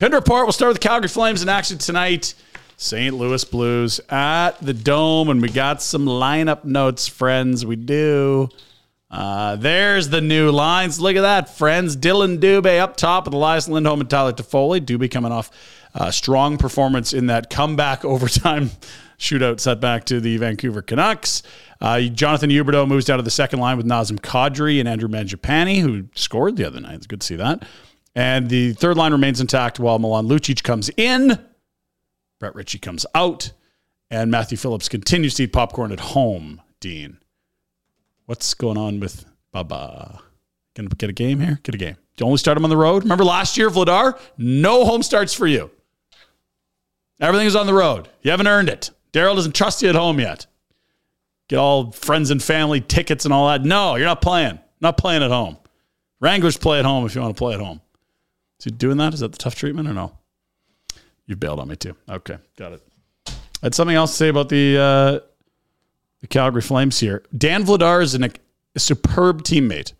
Pin report. We'll start with the Calgary Flames in action tonight. St. Louis Blues at the Dome, and we got some lineup notes, friends. We do. Uh, there's the new lines. Look at that, friends. Dylan Dubé up top with Elias Lindholm and Tyler Toffoli. Dubé coming off a strong performance in that comeback overtime shootout setback to the Vancouver Canucks. Uh, Jonathan Huberdeau moves down to the second line with Nazem Kadri and Andrew Mangiapane, who scored the other night. It's good to see that. And the third line remains intact while Milan Lucic comes in, Brett Ritchie comes out, and Matthew Phillips continues to eat popcorn at home. Dean, what's going on with Baba? Gonna get a game here? Get a game. You only start him on the road. Remember last year, Vladar? No home starts for you. Everything is on the road. You haven't earned it. Daryl doesn't trust you at home yet. Get all friends and family tickets and all that. No, you're not playing. Not playing at home. Wranglers play at home if you want to play at home. Is he doing that? Is that the tough treatment or no? You bailed on me too. Okay, got it. I had something else to say about the uh, the Calgary Flames here. Dan Vladar is an, a superb teammate.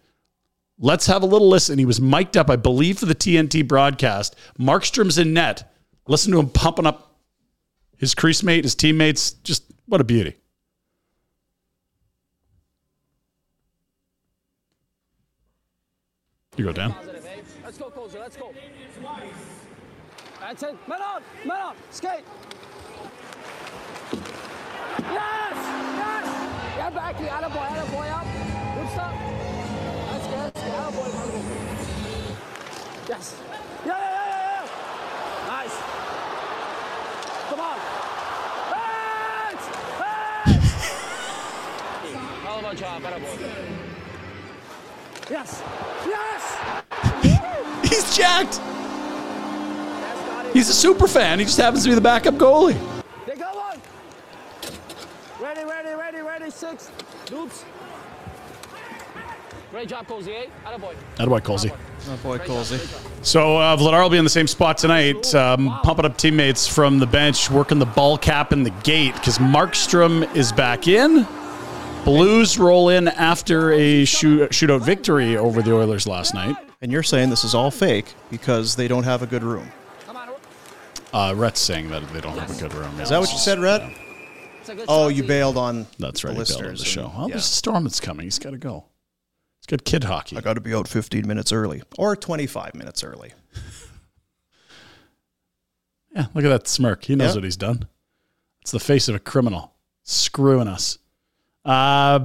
Let's have a little listen. He was mic'd up, I believe, for the TNT broadcast. Markstrom's in net. Listen to him pumping up his crease mate, his teammates. Just what a beauty. You go down.
Let's go, Kozo. Let's go. That's it. Man on. Man on. Skate. Yes! Yes! Yeah, back here. Attaboy. Attaboy up. Good stuff. Let's go. Let's go. Attaboy. attaboy. Yes. Yeah, yeah, yeah, yeah, yeah. Nice. Come on. Yes! Yes! Hell of a job. Attaboy. Yes! Yes!
He's jacked.
Let's go.
He's a super fan. He just happens to be the backup goalie.
They go on. Ready, ready, ready, ready. Six. Oops. Great job, eh? Cozier. Attaboy.
How do I Colsey?
Oh boy, Colsey.
So uh, Vladar will be in the same spot tonight, um, pumping up teammates from the bench, working the ball cap and the gate because Markstrom is back in. Blues roll in after a shoot, shootout victory over the Oilers last night.
And you're saying this is all fake because they don't have a good room.
Uh, Rhett's saying that they don't have a good room.
Is that what you said, Rhett? Oh, you bailed on
That's
the
right. he bailed
listeners.
on the
and-
show. Well,
yeah.
there's a storm that's coming. He's got to go. It's good kid hockey. I
got to be out 15 minutes early or 25 minutes early.
Yeah, look at that smirk. He knows
Yeah.
what he's done. It's the face of a criminal screwing us. Uh,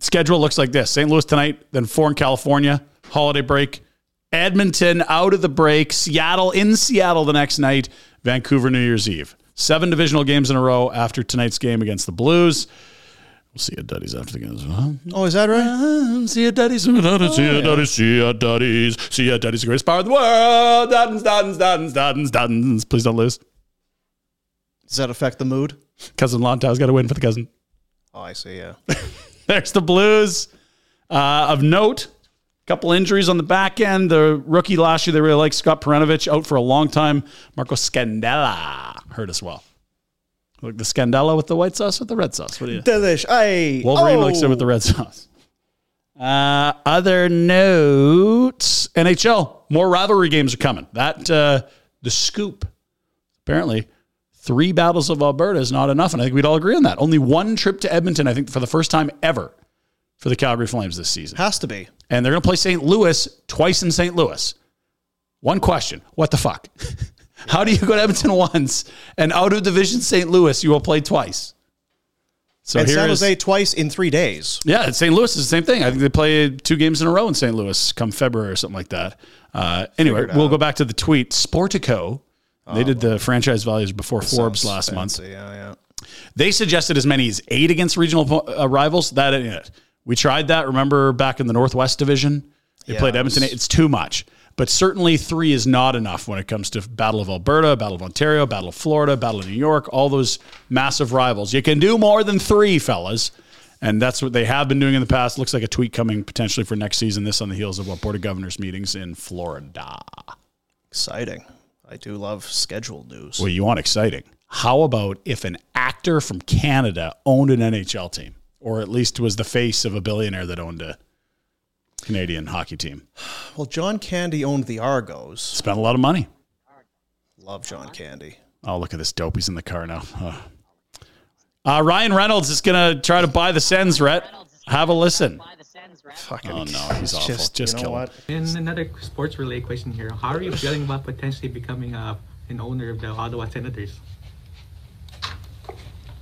schedule looks like this St. Louis tonight, then four in California, holiday break, Edmonton out of the break, Seattle in Seattle the next night, Vancouver New Year's Eve. Seven divisional games in a row after tonight's game against the Blues. We'll see you at Duddy's after the game as well. Mm,
Oh, is that
Uh-huh.
right?
See you, daddies. See you, daddies. See you, daddies. See you, daddies. The greatest power in the world. Duddins, Duddins, Duddins, Duddins, Duddins. Please don't lose.
Does that affect the mood?
Cousin Lontow's got to win for the cousin.
Oh, I see. Yeah.
There's the Blues. Uh, of note, couple injuries on the back end. The rookie last year they really like, Scott Perenovich, out for a long time. Marco Scandella hurt as well. Look, the Scandella with the white sauce with the red sauce. What do you?
Delish. Hey.
Wolverine
oh.
likes it with the red sauce. Uh, other notes: NHL more rivalry games are coming. That uh, the scoop. Apparently, three battles of Alberta is not enough, and I think we'd all agree on that. Only one trip to Edmonton, I think, for the first time ever for the Calgary Flames this season.
Oh, Has to be.
And they're going to play St. Louis twice in St. Louis. One question: What the fuck? How do you go to Edmonton once and out of division St. Louis? You will play twice. So
and
here
San
is-
Jose twice in three days.
yeah, St. Louis is the same thing. I think they play two games in a row in St. Louis come February or something like that. Uh, anyway,
Figure it
we'll
out. Oh,
go back to the tweet. Sportico, they did the franchise values before
That
Forbes
sounds
last month.
fancy, Yeah, yeah.
They suggested as many as eight against regional po- uh, rivals. That ain't it. We tried that. Remember back in the Northwest Division, they
Yeah,
played
it
Edmonton.
was-
It's too much. But certainly three is not enough when it comes to Battle of Alberta, Battle of Ontario, Battle of Florida, Battle of New York, all those massive rivals. You can do more than three, fellas. And that's what they have been doing in the past. Looks like a tweet coming potentially for next season. This on the heels of what Board of Governors meetings in Florida.
Exciting. I do love scheduled news.
Well, you want exciting. How about if an actor from Canada owned an NHL team, or at least was the face of a billionaire that owned a Canadian hockey team?
Well, John Candy owned the Argos.
Spent a lot of money.
Love
Uh-huh.
John Candy.
Oh, look at this dope. He's in the car now. Huh. Uh, Ryan Reynolds is going to try to buy the Sens, Rhett. Have a listen.
Fucking
oh, no, he's awful. Just, kill him.
And another sports related question here. How are you feeling about potentially becoming a, an owner of the Ottawa Senators?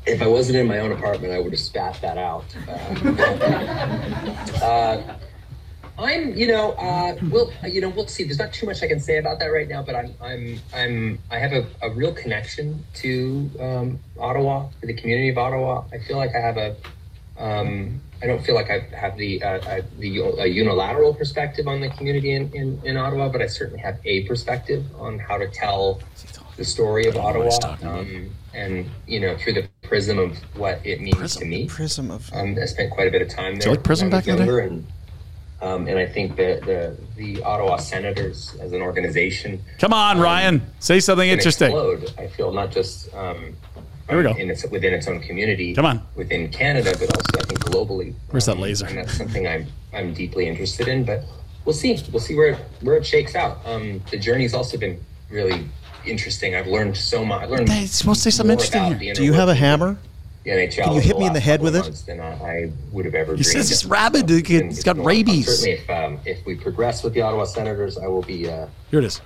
if I wasn't in my own apartment, I would have spat that out. Uh, uh, I'm, you know, uh, we'll, you know, we'll see. There's not too much I can say about that right now, but I'm, I'm, I'm, I have a, a real connection to um, Ottawa, to the community of Ottawa. I feel like I have a, um, I don't feel like I have the, uh, uh the a unilateral perspective on the community in, in, in Ottawa, but I certainly have a perspective on how to tell the story of Ottawa, um, and you know, through the prism of what it means to me.
Prism of.
Um, I spent quite a bit of time there.
Is it like Prism
when I was
back in the day?
younger, And, um, and I think that the the Ottawa Senators as an organization
Come on, Ryan. Say something
can
interesting.
Explode, I feel not just um,
Here we go.
in its, within its own community.
Come on.
Within Canada, but also I think globally. Um,
Where's that laser?
And that's something I'm I'm deeply interested in. But we'll see. We'll see where it, where it shakes out. Um, the journey's also been really interesting. I've learned so much. I learned.
Hey, it's supposed to say something
more
interesting
about
here.
the inner
Do you have a
workings
hammer?
of the NHL
Can you
over
hit me in the
last
head
couple
with it?
months Than I, I would have ever.
He says
dreamed
it's
of.
rabid. It- It's got rabies.
Certainly, if um, if we progress with the Ottawa Senators, I will be a
Here it is.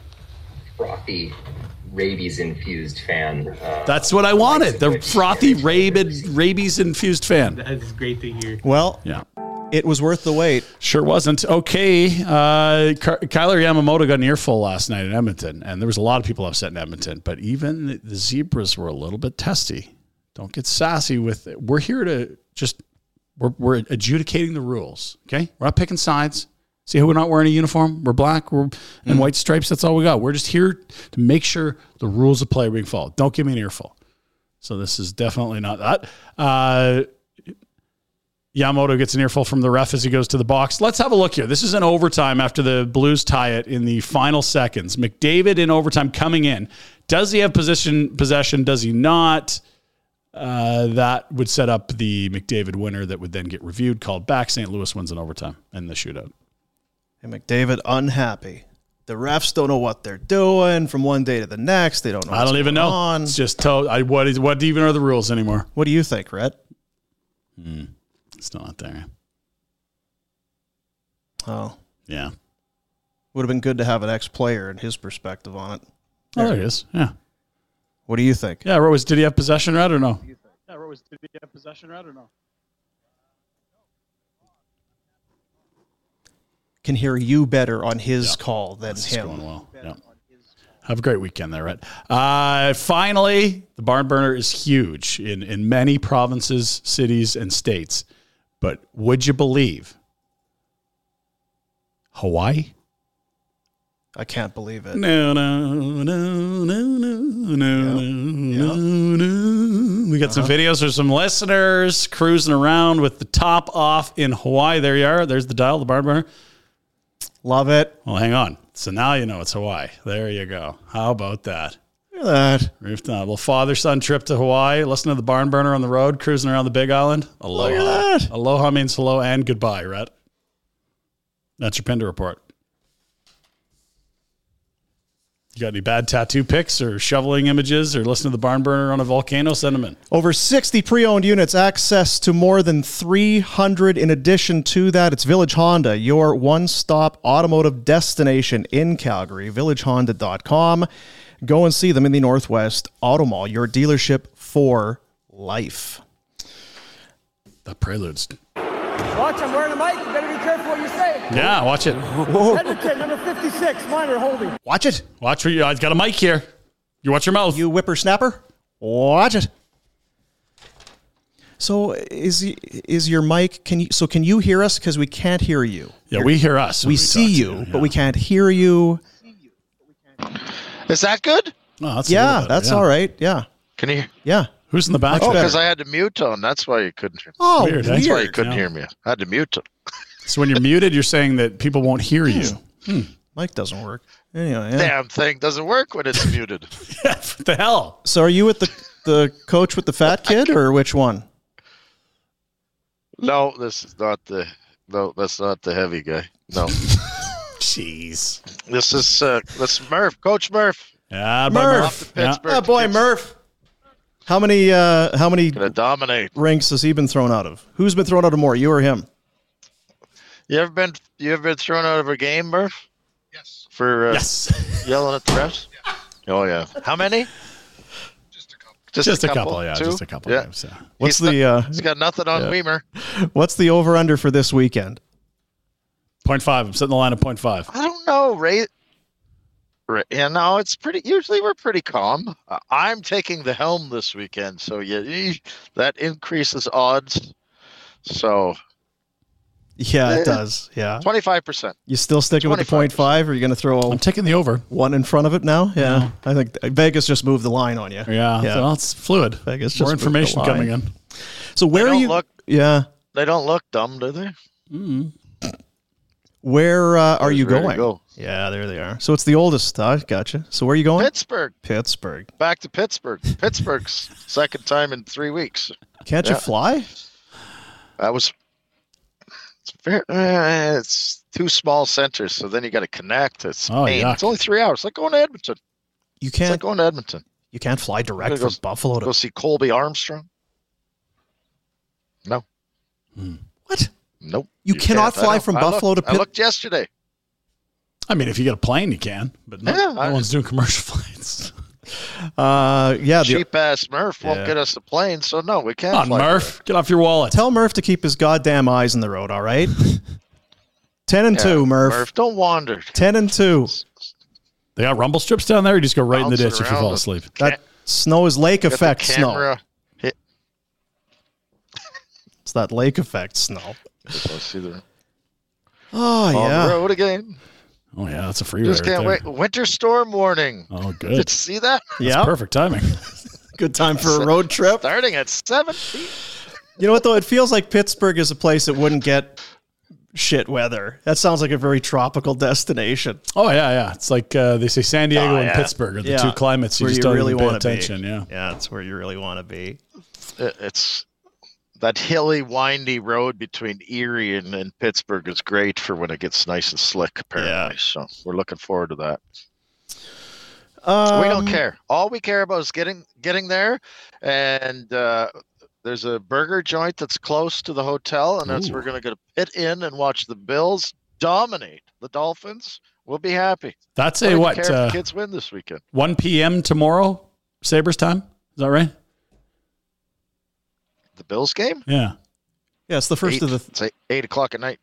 frothy, rabies-infused fan. Uh,
That's what I wanted. The frothy, rabid, rabies infused fan.
That is great to hear.
Well,
yeah.
It was worth the wait.
Sure wasn't. Okay. Uh, Ky- Kyler Yamamoto got an earful last night in Edmonton, and there was a lot of people upset in Edmonton, but even the Zebras were a little bit testy. Don't get sassy with it. We're here to just, we're, we're adjudicating the rules. Okay. We're not picking sides. See how we're not wearing a uniform? We're black we're, and white stripes. That's all we got. We're just here to make sure the rules of play are being followed. Don't give me an earful. So this is definitely not that. Uh, Yamamoto gets an earful from the ref as he goes to the box. Let's have a look here. This is an overtime after the Blues tie it in the final seconds. McDavid in overtime coming in. Does he have position possession? Does he not? Uh, that would set up the McDavid winner that would then get reviewed, called back. St. Louis wins in overtime and the shootout.
And McDavid unhappy. The refs don't know what they're doing from one day to the next. They don't know.
I
what's
don't even
going
know.
on.
It's just to- I, what is what even are the rules anymore?
What do you think, Red?
Hmm. it's still not there.
Oh,
yeah.
Would have been good to have an ex-player and his perspective on it.
Oh, there it is. Yeah.
What do you think?
Yeah, Rose, did he have possession red or no?
Yeah, Rose, did he have possession right or no?
Can hear you better on his call than
This is
him.
going well. Yeah. Have a great weekend there, Red. Uh, finally, the barn burner is huge in, in many provinces, cities, and states. But would you believe Hawaii?
I can't believe it.
No, no, no, no, no, no, no, no. We got some videos or some listeners cruising around with the top off in Hawaii. There you are. There's the dial, the barn burner.
Love it.
Well, hang on. So now you know it's Hawaii. There you go. How about that?
Look at that.
Rooftop. Well, father son trip to Hawaii. Listen to the barn burner on the road, cruising around the Big Island. Aloha. Aloha means hello and goodbye, Rhett. That's your Penda report. You got any bad tattoo pics or shoveling images or listen to the barn burner on a volcano? Send 'em in.
Over 60 pre owned units, access to more than 300. In addition to that, it's Village Honda, your one stop automotive destination in Calgary. VillageHonda.com. Go and see them in the Northwest Auto Mall, your dealership for life.
The Preludes.
Watch, I'm wearing a mic. You better be careful what you say.
Yeah, watch it.
Edmonton, number 56, minor holding.
Watch it.
Watch where you. I've got a mic here. You watch your mouth.
You whippersnapper. Watch it. So is is your mic? Can you? So can you hear us? Because we can't hear you.
Yeah, we hear us when
We,
we
see
talk to
you,
you,
but we can't hear you.
Is that good?
No,
that's a little
yeah,
better,
that's
yeah.
all right. Yeah,
Can you?
yeah.
Who's in the
Oh,
back?
because I had to mute on. That's why you couldn't hear me.
Oh,
Weird, eh?
that's why you
weird.
couldn't
Yeah.
hear me. I had to mute it.
So when you're muted, you're saying that people won't hear you.
mic doesn't work. Anyway, yeah.
Damn thing doesn't work when it's muted.
What the hell?
So are you with the the coach with the fat kid or which one?
No, this is not the. No, that's not the heavy guy. No.
Jeez.
This is uh, this is Murph, Coach Murph.
Ah, Yeah,
Murph.
Off to
Yeah.
Pittsburgh.
Ah, boy, Murph. How many uh how many
dominate.
ranks has he been thrown out of? Who's been thrown out of more, you or him?
You ever been you ever been thrown out of a game, Murph? Yes. For uh,
yes.
yelling at the refs. Oh yeah. How many?
Just a couple, yeah,
Two?
just a couple
Yeah.
games, yeah.
What's the uh
He's got nothing on
Yeah.
Weimer.
What's the over under for this weekend?
Point five. I'm setting the line at point five.
I don't know, Ray. Ray yeah, no, it's pretty. Usually we're pretty calm. Uh, I'm taking the helm this weekend, so yeah, eesh, that increases odds. So
Yeah,
Yeah.
it does. Yeah.
twenty five percent.
You still sticking with the point five? Or are you going to throw? i I'm
taking the over
one in front of it now. Yeah, I think Vegas just moved the line on you.
Yeah. Well, it's fluid.
Vegas just
More
moved the
information
line.
coming in.
So where are
don't
you?
look-
yeah,
They don't look dumb, do they?
Mm.
where uh, are you
Ready to
going?
go.
Yeah, there they are. So it's the oldest. Huh? Gotcha. So where are you going?
Pittsburgh.
Pittsburgh.
Back to Pittsburgh. Pittsburgh's second time in three weeks.
Can't you
Yeah.
fly?
That was it's, fair, uh, it's two small centers, so then you got to connect. It's
Oh,
pain.
yuck.
It's only three hours. It's like going to Edmonton.
You
It's
can't.
like going to Edmonton.
you can't fly direct
Gotta go
from
s-
Buffalo
Go
to.
see Colby Armstrong. No.
Hmm. What?
Nope.
You cannot
can't. I
fly
don't-
from
I looked-
Buffalo to
I
Pit-
looked yesterday.
I mean, if you get a plane, you can, but no,
Yeah,
no
I-
one's doing commercial flights.
Uh, yeah. The,
Cheap ass Murph won't
Yeah.
get us a plane, so no, we can't.
Come on,
fly
Murph. Get off your wallet.
tell Murph to keep his goddamn eyes in the road. All right. Ten and
Yeah,
two, Murph.
Murph, don't wander.
Ten and two.
They got rumble strips down there. You just go right in the
Bouncing
ditch if you
around
fall
with-
asleep.
That snow is lake
Get the
effect snow.
camera. Hit.
It's that lake effect snow.
Oh, Just wanna see the-
Oh,
On
yeah.
the road again.
Oh yeah, that's a freeway.
Just
right
can't
there.
wait. Winter storm warning.
Oh, good.
Did you see that?
That's perfect timing.
Good time for a road trip.
Starting at seven feet.
You know what though? It feels like Pittsburgh is a place that wouldn't get shit weather. That sounds like a very tropical destination.
Oh yeah, yeah. It's like uh, they say San Diego
Oh,
and
yeah.
Pittsburgh are the
Yeah.
two climates you
Where
just
you
don't
really
really pay
wanna be.
attention. Yeah.
Yeah, it's where you really want to be.
It- It's that hilly, windy road between Erie and, and Pittsburgh is great for when it gets nice and slick. Apparently, so we're looking forward to that.
Um,
we don't care. All we care about is getting getting there, and uh, there's a burger joint that's close to the hotel, and that's
Ooh.
we're gonna go to pit in and watch the Bills dominate the Dolphins. We'll be happy.
That's
I
a
don't
what?
Care if
uh,
the kids win this weekend.
1 p.m. tomorrow, Sabres time. Is that right?
The Bills game.
Yeah.
Yeah, it's the first
Eight-
of the.
it's eight, eight o'clock at night.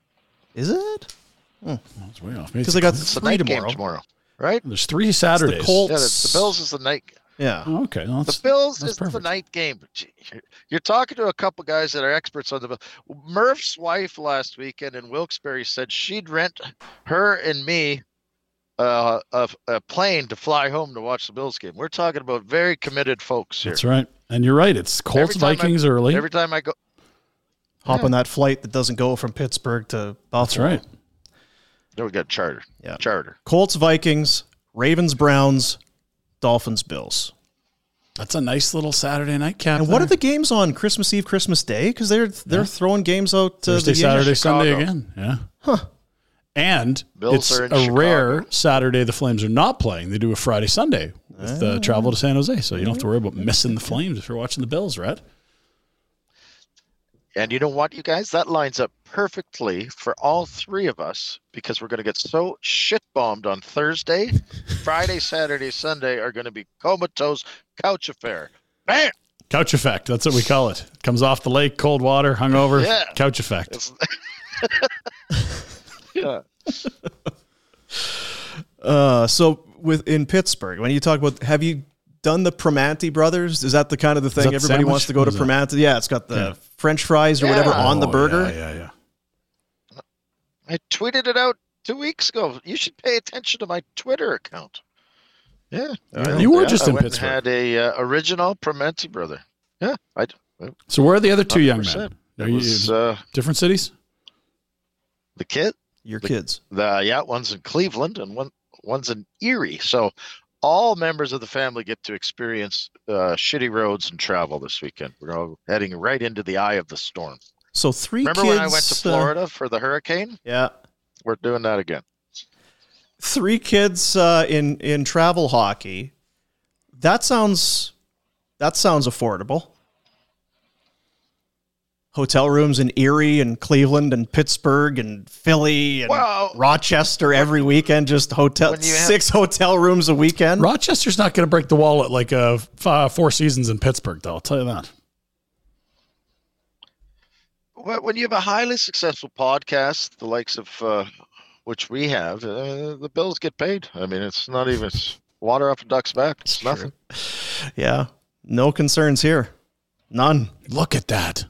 Is it?
That's way off.
Because they got
It's the
three
night
tomorrow.
game tomorrow, right?
There's three Saturdays. Oh,
Yeah, the, the Bills is the night.
Yeah.
okay. well, that's-
the Bills
that's
is the night game. Gee, you're- You're talking to a couple guys that are experts on the Bills. Murph's wife last weekend in Wilkes-Barre said she'd rent her and me uh, a, a plane to fly home to watch the Bills game. We're talking about very committed folks here.
That's right. And you're right. It's
Every
Colts
time I-
Vikings early.
Every time I go,
Hop on that flight that doesn't go from Pittsburgh to Buffalo.
That's right.
there we got charter.
Yeah.
Charter.
Colts, Vikings, Ravens, Browns, Dolphins, Bills.
That's a nice little Saturday night cap.
And what are the games on Christmas Eve, Christmas Day? Because they're they're throwing games out uh,
Thursday,
the year.
Saturday, Sunday again? Yeah.
Huh.
And
Bills
it's
are
a
in Chicago.
rare Saturday the Flames are not playing. They do a Friday, Sunday with uh,
Ah.
travel to San Jose. So you don't have to worry about missing the Flames if you're watching the Bills, right?
And you know what, you guys? That lines up perfectly for all three of us because we're going to get so shit bombed on Thursday. Friday, Saturday, Sunday are going to be comatose couch affair. Bam!
Couch effect. That's what we call it. Comes off the lake, cold water, hungover.
Yeah.
Couch effect.
Yeah.
Uh, so with in Pittsburgh, when you talk about, have you done the Primanti brothers? Is that the kind of the
Is
thing
that the
everybody wants
sandwich?
to go to
What is
Primanti? Yeah, it's got the
Yeah.
French fries or whatever
Yeah.
on the
Oh,
burger.
Yeah, yeah, yeah.
I tweeted it out two weeks ago. You should pay attention to my Twitter account. Yeah.
Yeah. You were
Yeah,
just
I
in
went and
Pittsburgh.
had a uh, original Promenti brother. Yeah. I,
So where are the other two young men?
100%.
Are
It
you
was, uh,
different cities?
the kid
your
kids.
the yeah one's in cleveland and one one's in erie so all members of the family get to experience uh, shitty roads and travel this weekend we're all heading right into the eye of the storm
So three
remember
kids.
when i went to
uh,
florida for the hurricane
yeah
we're doing that again
three kids uh, in in travel hockey. That sounds that sounds affordable. Hotel rooms in Erie and Cleveland and Pittsburgh and Philly and
Well-
Rochester every weekend. Just hotel
When you have-
six hotel rooms a weekend.
Rochester's not going to break the wall at like uh, f- uh, four seasons in Pittsburgh, though. I'll tell you that.
Wh- when you have a highly successful podcast the likes of uh, which we have uh, the bills get paid i mean it's not even it's water off a duck's back it's nothing
Yeah, no concerns here, none.
Look at that.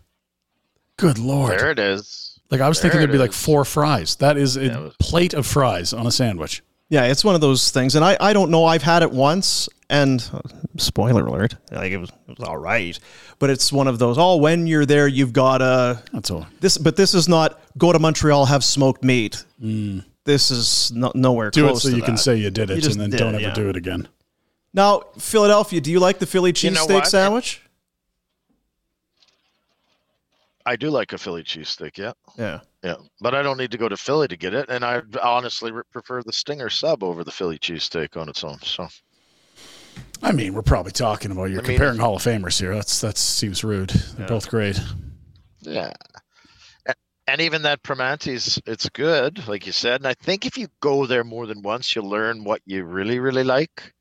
Good lord.
there it is
Like I was
There
thinking there'd
it
be like
is.
four fries. That is a plate of fries on a sandwich.
Yeah, it's one of those things, and I, I don't know. I've had it once, and spoiler alert, like it was it was all right, but it's one of those. Oh, when you're there, you've got to
That's all.
this, but this is not go to Montreal have smoked meat. This is no, nowhere
Do it
close.
so
to
you can
that.
say you did it
just
and then
did
don't
it,
ever
yeah.
do it again.
Now, Philadelphia, do you like the Philly cheesesteak
You know what?
sandwich?
i do like a philly cheesesteak yeah
Yeah.
Yeah, but I don't need to go to Philly to get it, and I honestly re- prefer the Stinger sub over the Philly cheesesteak on its own. So
I mean, we're probably talking about you're
I mean-
comparing Hall of Famers here. That's that seems rude. They're both great.
yeah, A- and even that Primanti's, it's good, like you said. And I think if you go there more than once, you'll learn what you really, really like.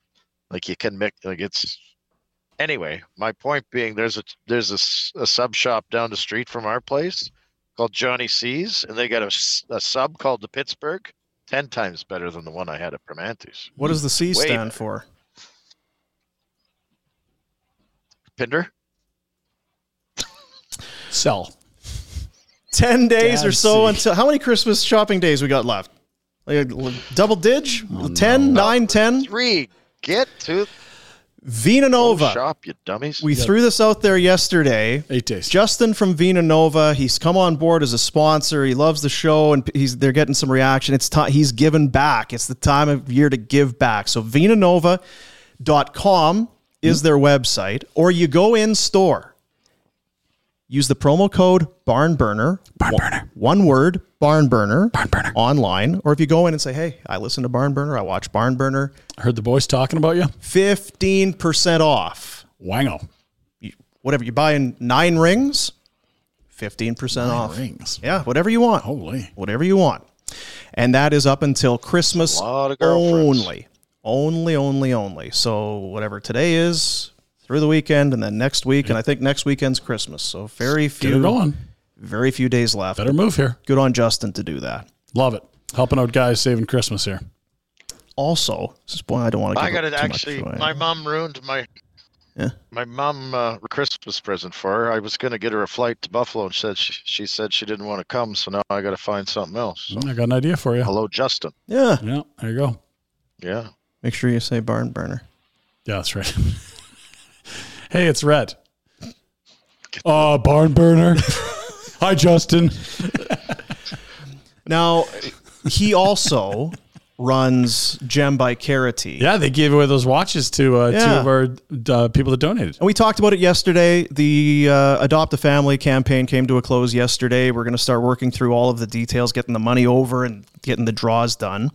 Like you can mix, like it's. Anyway, my point being, there's a there's a, s- a sub shop down the street from our place called Johnny C's, and they got a, s- a sub called the Pittsburgh, ten times better than the one I had at Primanti's.
What does the C
Way better.
stand for?
Pinder.
Sell.
Ten days or
Damn
so
sick.
until how many Christmas shopping days we got left? Like, double dig?
Oh,
10, 9, 10?
Three. Get to
Vina Nova.
shop, you dummies.
We threw this out there yesterday.
Eight days.
Justin from Vina Nova. He's come on board as a sponsor. He loves the show, and he's they're getting some reaction. It's time he's given back. It's the time of year to give back. So VinaNova.com is their website, or you go in store. Use the promo code Barnburner. Barnburner. One word, Barnburner. Barnburner. Online. Or if you go in and say, hey, I listen to Barnburner, I watch Barnburner.
Heard the boys talking about you.
15% off.
Wango.
whatever. You're buying nine rings, 15% off.
rings.
Yeah, whatever you want.
Holy.
Whatever you want. And that is up until Christmas only. Only, only, only. So whatever today is through the weekend and then next week. And I think next weekend's Christmas. So very few.
it going.
Very few days left.
Better move here.
Good on Justin to do that.
Love it. Helping out guys saving Christmas here.
Also, this is one I don't want to
I
give
got
up
it.
too much
Actually,
away.
my mom ruined my
Yeah.
my mom uh, Christmas present for her. I was going to get her a flight to Buffalo, and said she, she said she didn't want to come. So now I got to find something else.
I got an idea for you.
Hello, Justin.
Yeah.
Yeah. There you go.
Yeah.
Make sure you say barn burner.
Yeah, that's right. hey, it's Red. Oh, barn burner. Hi, Justin.
Now, he also runs Gem by Carity.
Yeah, they gave away those watches to uh,
Yeah.
two of our uh, people that donated.
And we talked about it yesterday. The uh, Adopt a Family campaign came to a close yesterday. We're going to start working through all of the details, getting the money over and getting the draws done.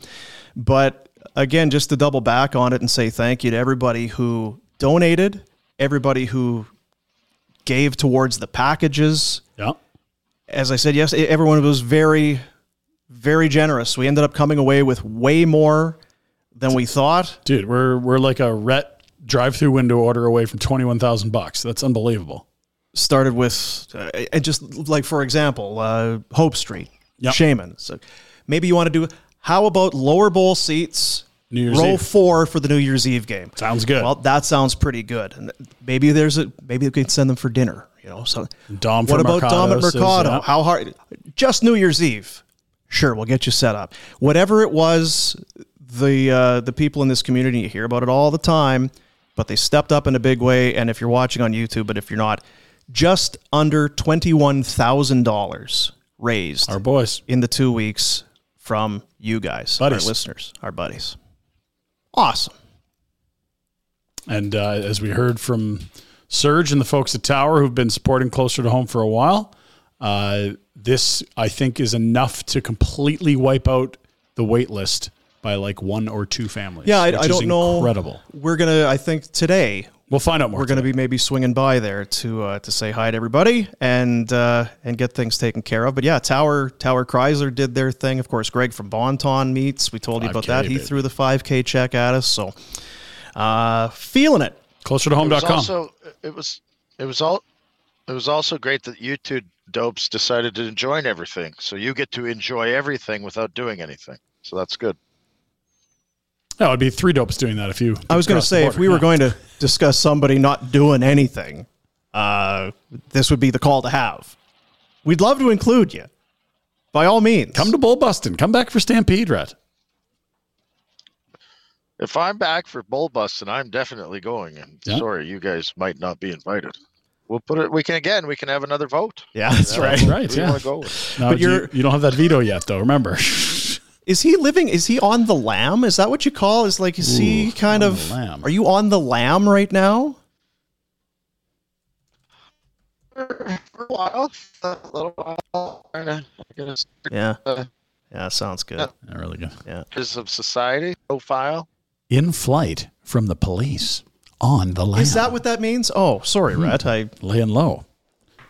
But again, just to double back on it and say thank you to everybody who donated, everybody who gave towards the packages.
Yeah.
As I said, yes, e, everyone was very, very generous. We ended up coming away with way more than we thought.
Dude, we're we're like a Ret drive-through window order away from twenty-one thousand bucks. That's unbelievable.
started with uh, and just like for example uh, hope street shaman so maybe you want to do how about lower bowl seats
New Year's
row
Eve.
four for the new year's eve game
sounds good
well that sounds pretty good and maybe there's a maybe we can send them for dinner you know so
Dom. from
what about Dom at
Mercado says,
Mercado?
yeah.
How hard? Just New Year's Eve. Sure, we'll get you set up. Whatever it was, the uh, the people in this community you hear about it all the time, but they stepped up in a big way. And if you're watching on YouTube, but if you're not, just under twenty one thousand dollars raised. Our
boys
in the two weeks from you guys,
Buddies.
our listeners, our buddies. Awesome.
And uh, as we heard from Serge and the folks at Tower, who've been supporting closer to home for a while, uh, this I think is enough to completely wipe out the wait list by like one or two families.
Yeah, I,
which
I
is
don't know.
Incredible.
We're gonna. I think today
we'll find out more.
We're gonna be maybe swinging by there to uh, to say hi to everybody and uh, and get things taken care of. But yeah, Tower Tower Chrysler did their thing. Of course, Greg from Bonton meets. We told you about
5K,
that. He
baby.
threw the five k check at us. So uh, feeling it.
Closer to
It was also it was it was all it was also great that you two dopes decided to join everything. So you get to enjoy everything without doing anything. So that's good.
No, it'd be three dopes doing that if you.
I was going to
crossed the
say if
border.
we
Yeah.
were going to discuss somebody not doing anything, uh, this would be the call to have. We'd love to include you. By all means,
come to Bull Bustin. Come back for Stampede, Rat.
If I'm back for bull busting, I'm definitely going. And
Yeah.
sorry, you guys might not be invited. We'll put it. We can again. We can have another vote.
Yeah, that's
Yeah,
right.
who-
Right,
who do you
yeah.
wanna go with?
No,
But
you
you're-
you don't have that veto yet, though. Remember,
Is he living? Is he on the lamb? Is that what you call? Is like is he kind of?
lamb.
Are you on the lamb right now?
For a while, a little while, I'm gonna- I'm gonna stick
Yeah.
Uh,
Yeah, sounds good.
Not
really good.
Yeah.
because of society profile.
in flight from the police on the lamb.
Is that what that means? Oh, sorry, Rhett. I
laying low.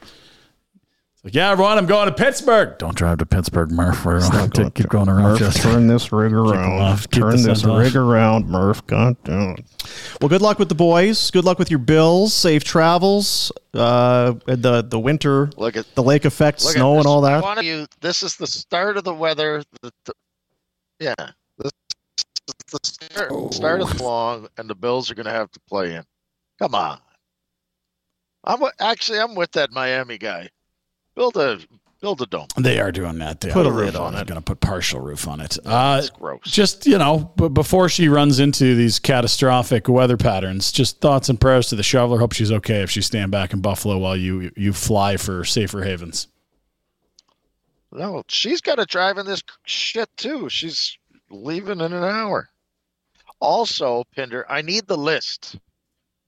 It's like, yeah, everyone, I'm going to Pittsburgh. Don't drive to Pittsburgh, Murph. We're going to keep going around. just
this rig
off. Keep this end off.
around, Murph. God damn. it. Well, good luck with the boys. Good luck with your bills. Safe travels. Uh, the the winter,
Look at-
the lake effect,
Look at
snow,
this.
and all
I
that.
wanna- you- this is the start of the weather. The, the- yeah, this is the start,
Oh.
start of the long, and the Bills are going to have to play in. Come on. I'm wi- actually I'm with that Miami guy. Build a Build a dome.
They are doing that. They
Put
are
a roof on
They're
it.
Going to put partial roof on it. Uh,
That's gross.
Just you know, b- before she runs into these catastrophic weather patterns, just thoughts and prayers to the shoveler. Hope she's okay if she's staying back in Buffalo while you you fly for safer havens.
No, she's got to drive in this shit too. She's leaving in an hour. Also, Pinder, I need the list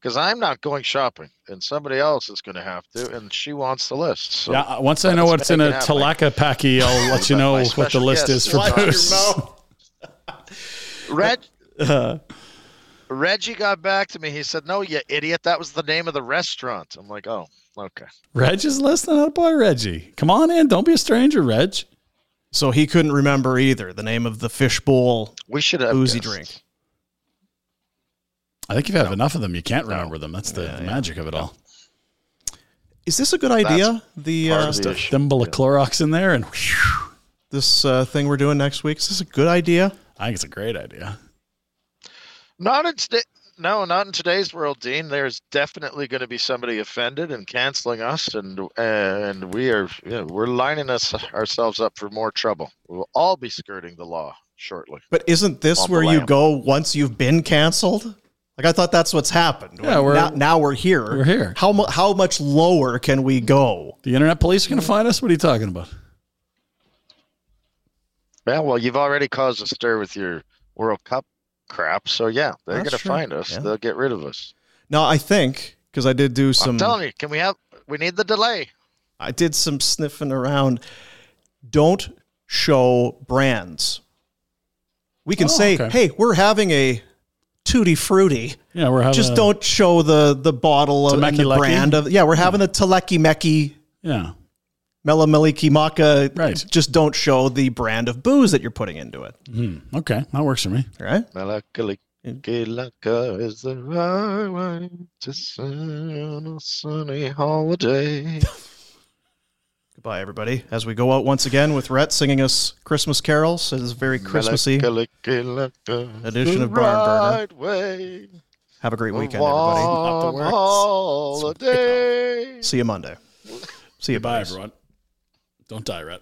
because I'm not going shopping, and somebody else is going to have to, and she wants the list. So
yeah. uh, Once I know
let's
what's in
make
a
it happen.
Talaka Paki, I'll let you know what the list is for Bruce.
Reg,
Uh,
Reggie got back to me. He said, "No, you idiot. That was the name of the restaurant." I'm like, "Oh, okay."
Reg is listening, that boy Reggie. Come on in. Don't be a stranger, Reg.
So he couldn't remember either the name of the fishbowl
we should
have
boozy
guessed.
drink.
I think if you have enough of them, you can't remember them. That's the, the magic of it all.
Is this a good
That's
idea? The
part
uh,
of the Just a issue. thimble of Clorox in there and
this uh, thing we're doing next week. Is this a good idea?
I think it's a great idea.
Not in today. No, not in today's world, Dean. There's definitely going to be somebody offended and canceling us, and and we are you know, we're lining us ourselves up for more trouble. We'll all be skirting the law shortly.
But isn't this
On the
where you
lam.
go once you've been canceled? Like I thought that's what's happened.
Yeah,
Like,
we're-
now, now we're here.
we're here.
How mu- how much lower can we go?
The internet police are going to find us. What are you talking about?
Yeah, well, you've already caused a stir with your World Cup crap, so yeah, they're going
That's
to
true.
find us.
Yeah.
They'll get rid of us.
No, I think because I did do some.
I'm telling you, can we have? We need the delay.
I did some sniffing around. Don't show brands. We can
Oh,
say,
okay.
"Hey, we're having a tutti frutti."
Yeah, we're having
just
a-
don't show the the bottle of and the
Temecula-ki?
brand of. Yeah, we're having a Teleki Meki
Yeah.
Melameliki Maka.
Right.
Just don't show the brand of booze that you're putting into it.
Mm, okay, that works for me.
All right.
Malakalikilaka is the right way to say on a sunny holiday.
Goodbye, everybody. As we go out once again with Rhett singing us Christmas carols, it is a very Christmassy
Malakalikilaka
edition of
the
Barn Burner.
right way
Have a great weekend,
on
everybody.
holiday.
See you Monday. See you.
Goodbye,
buddies.
everyone. Don't die, Rhett.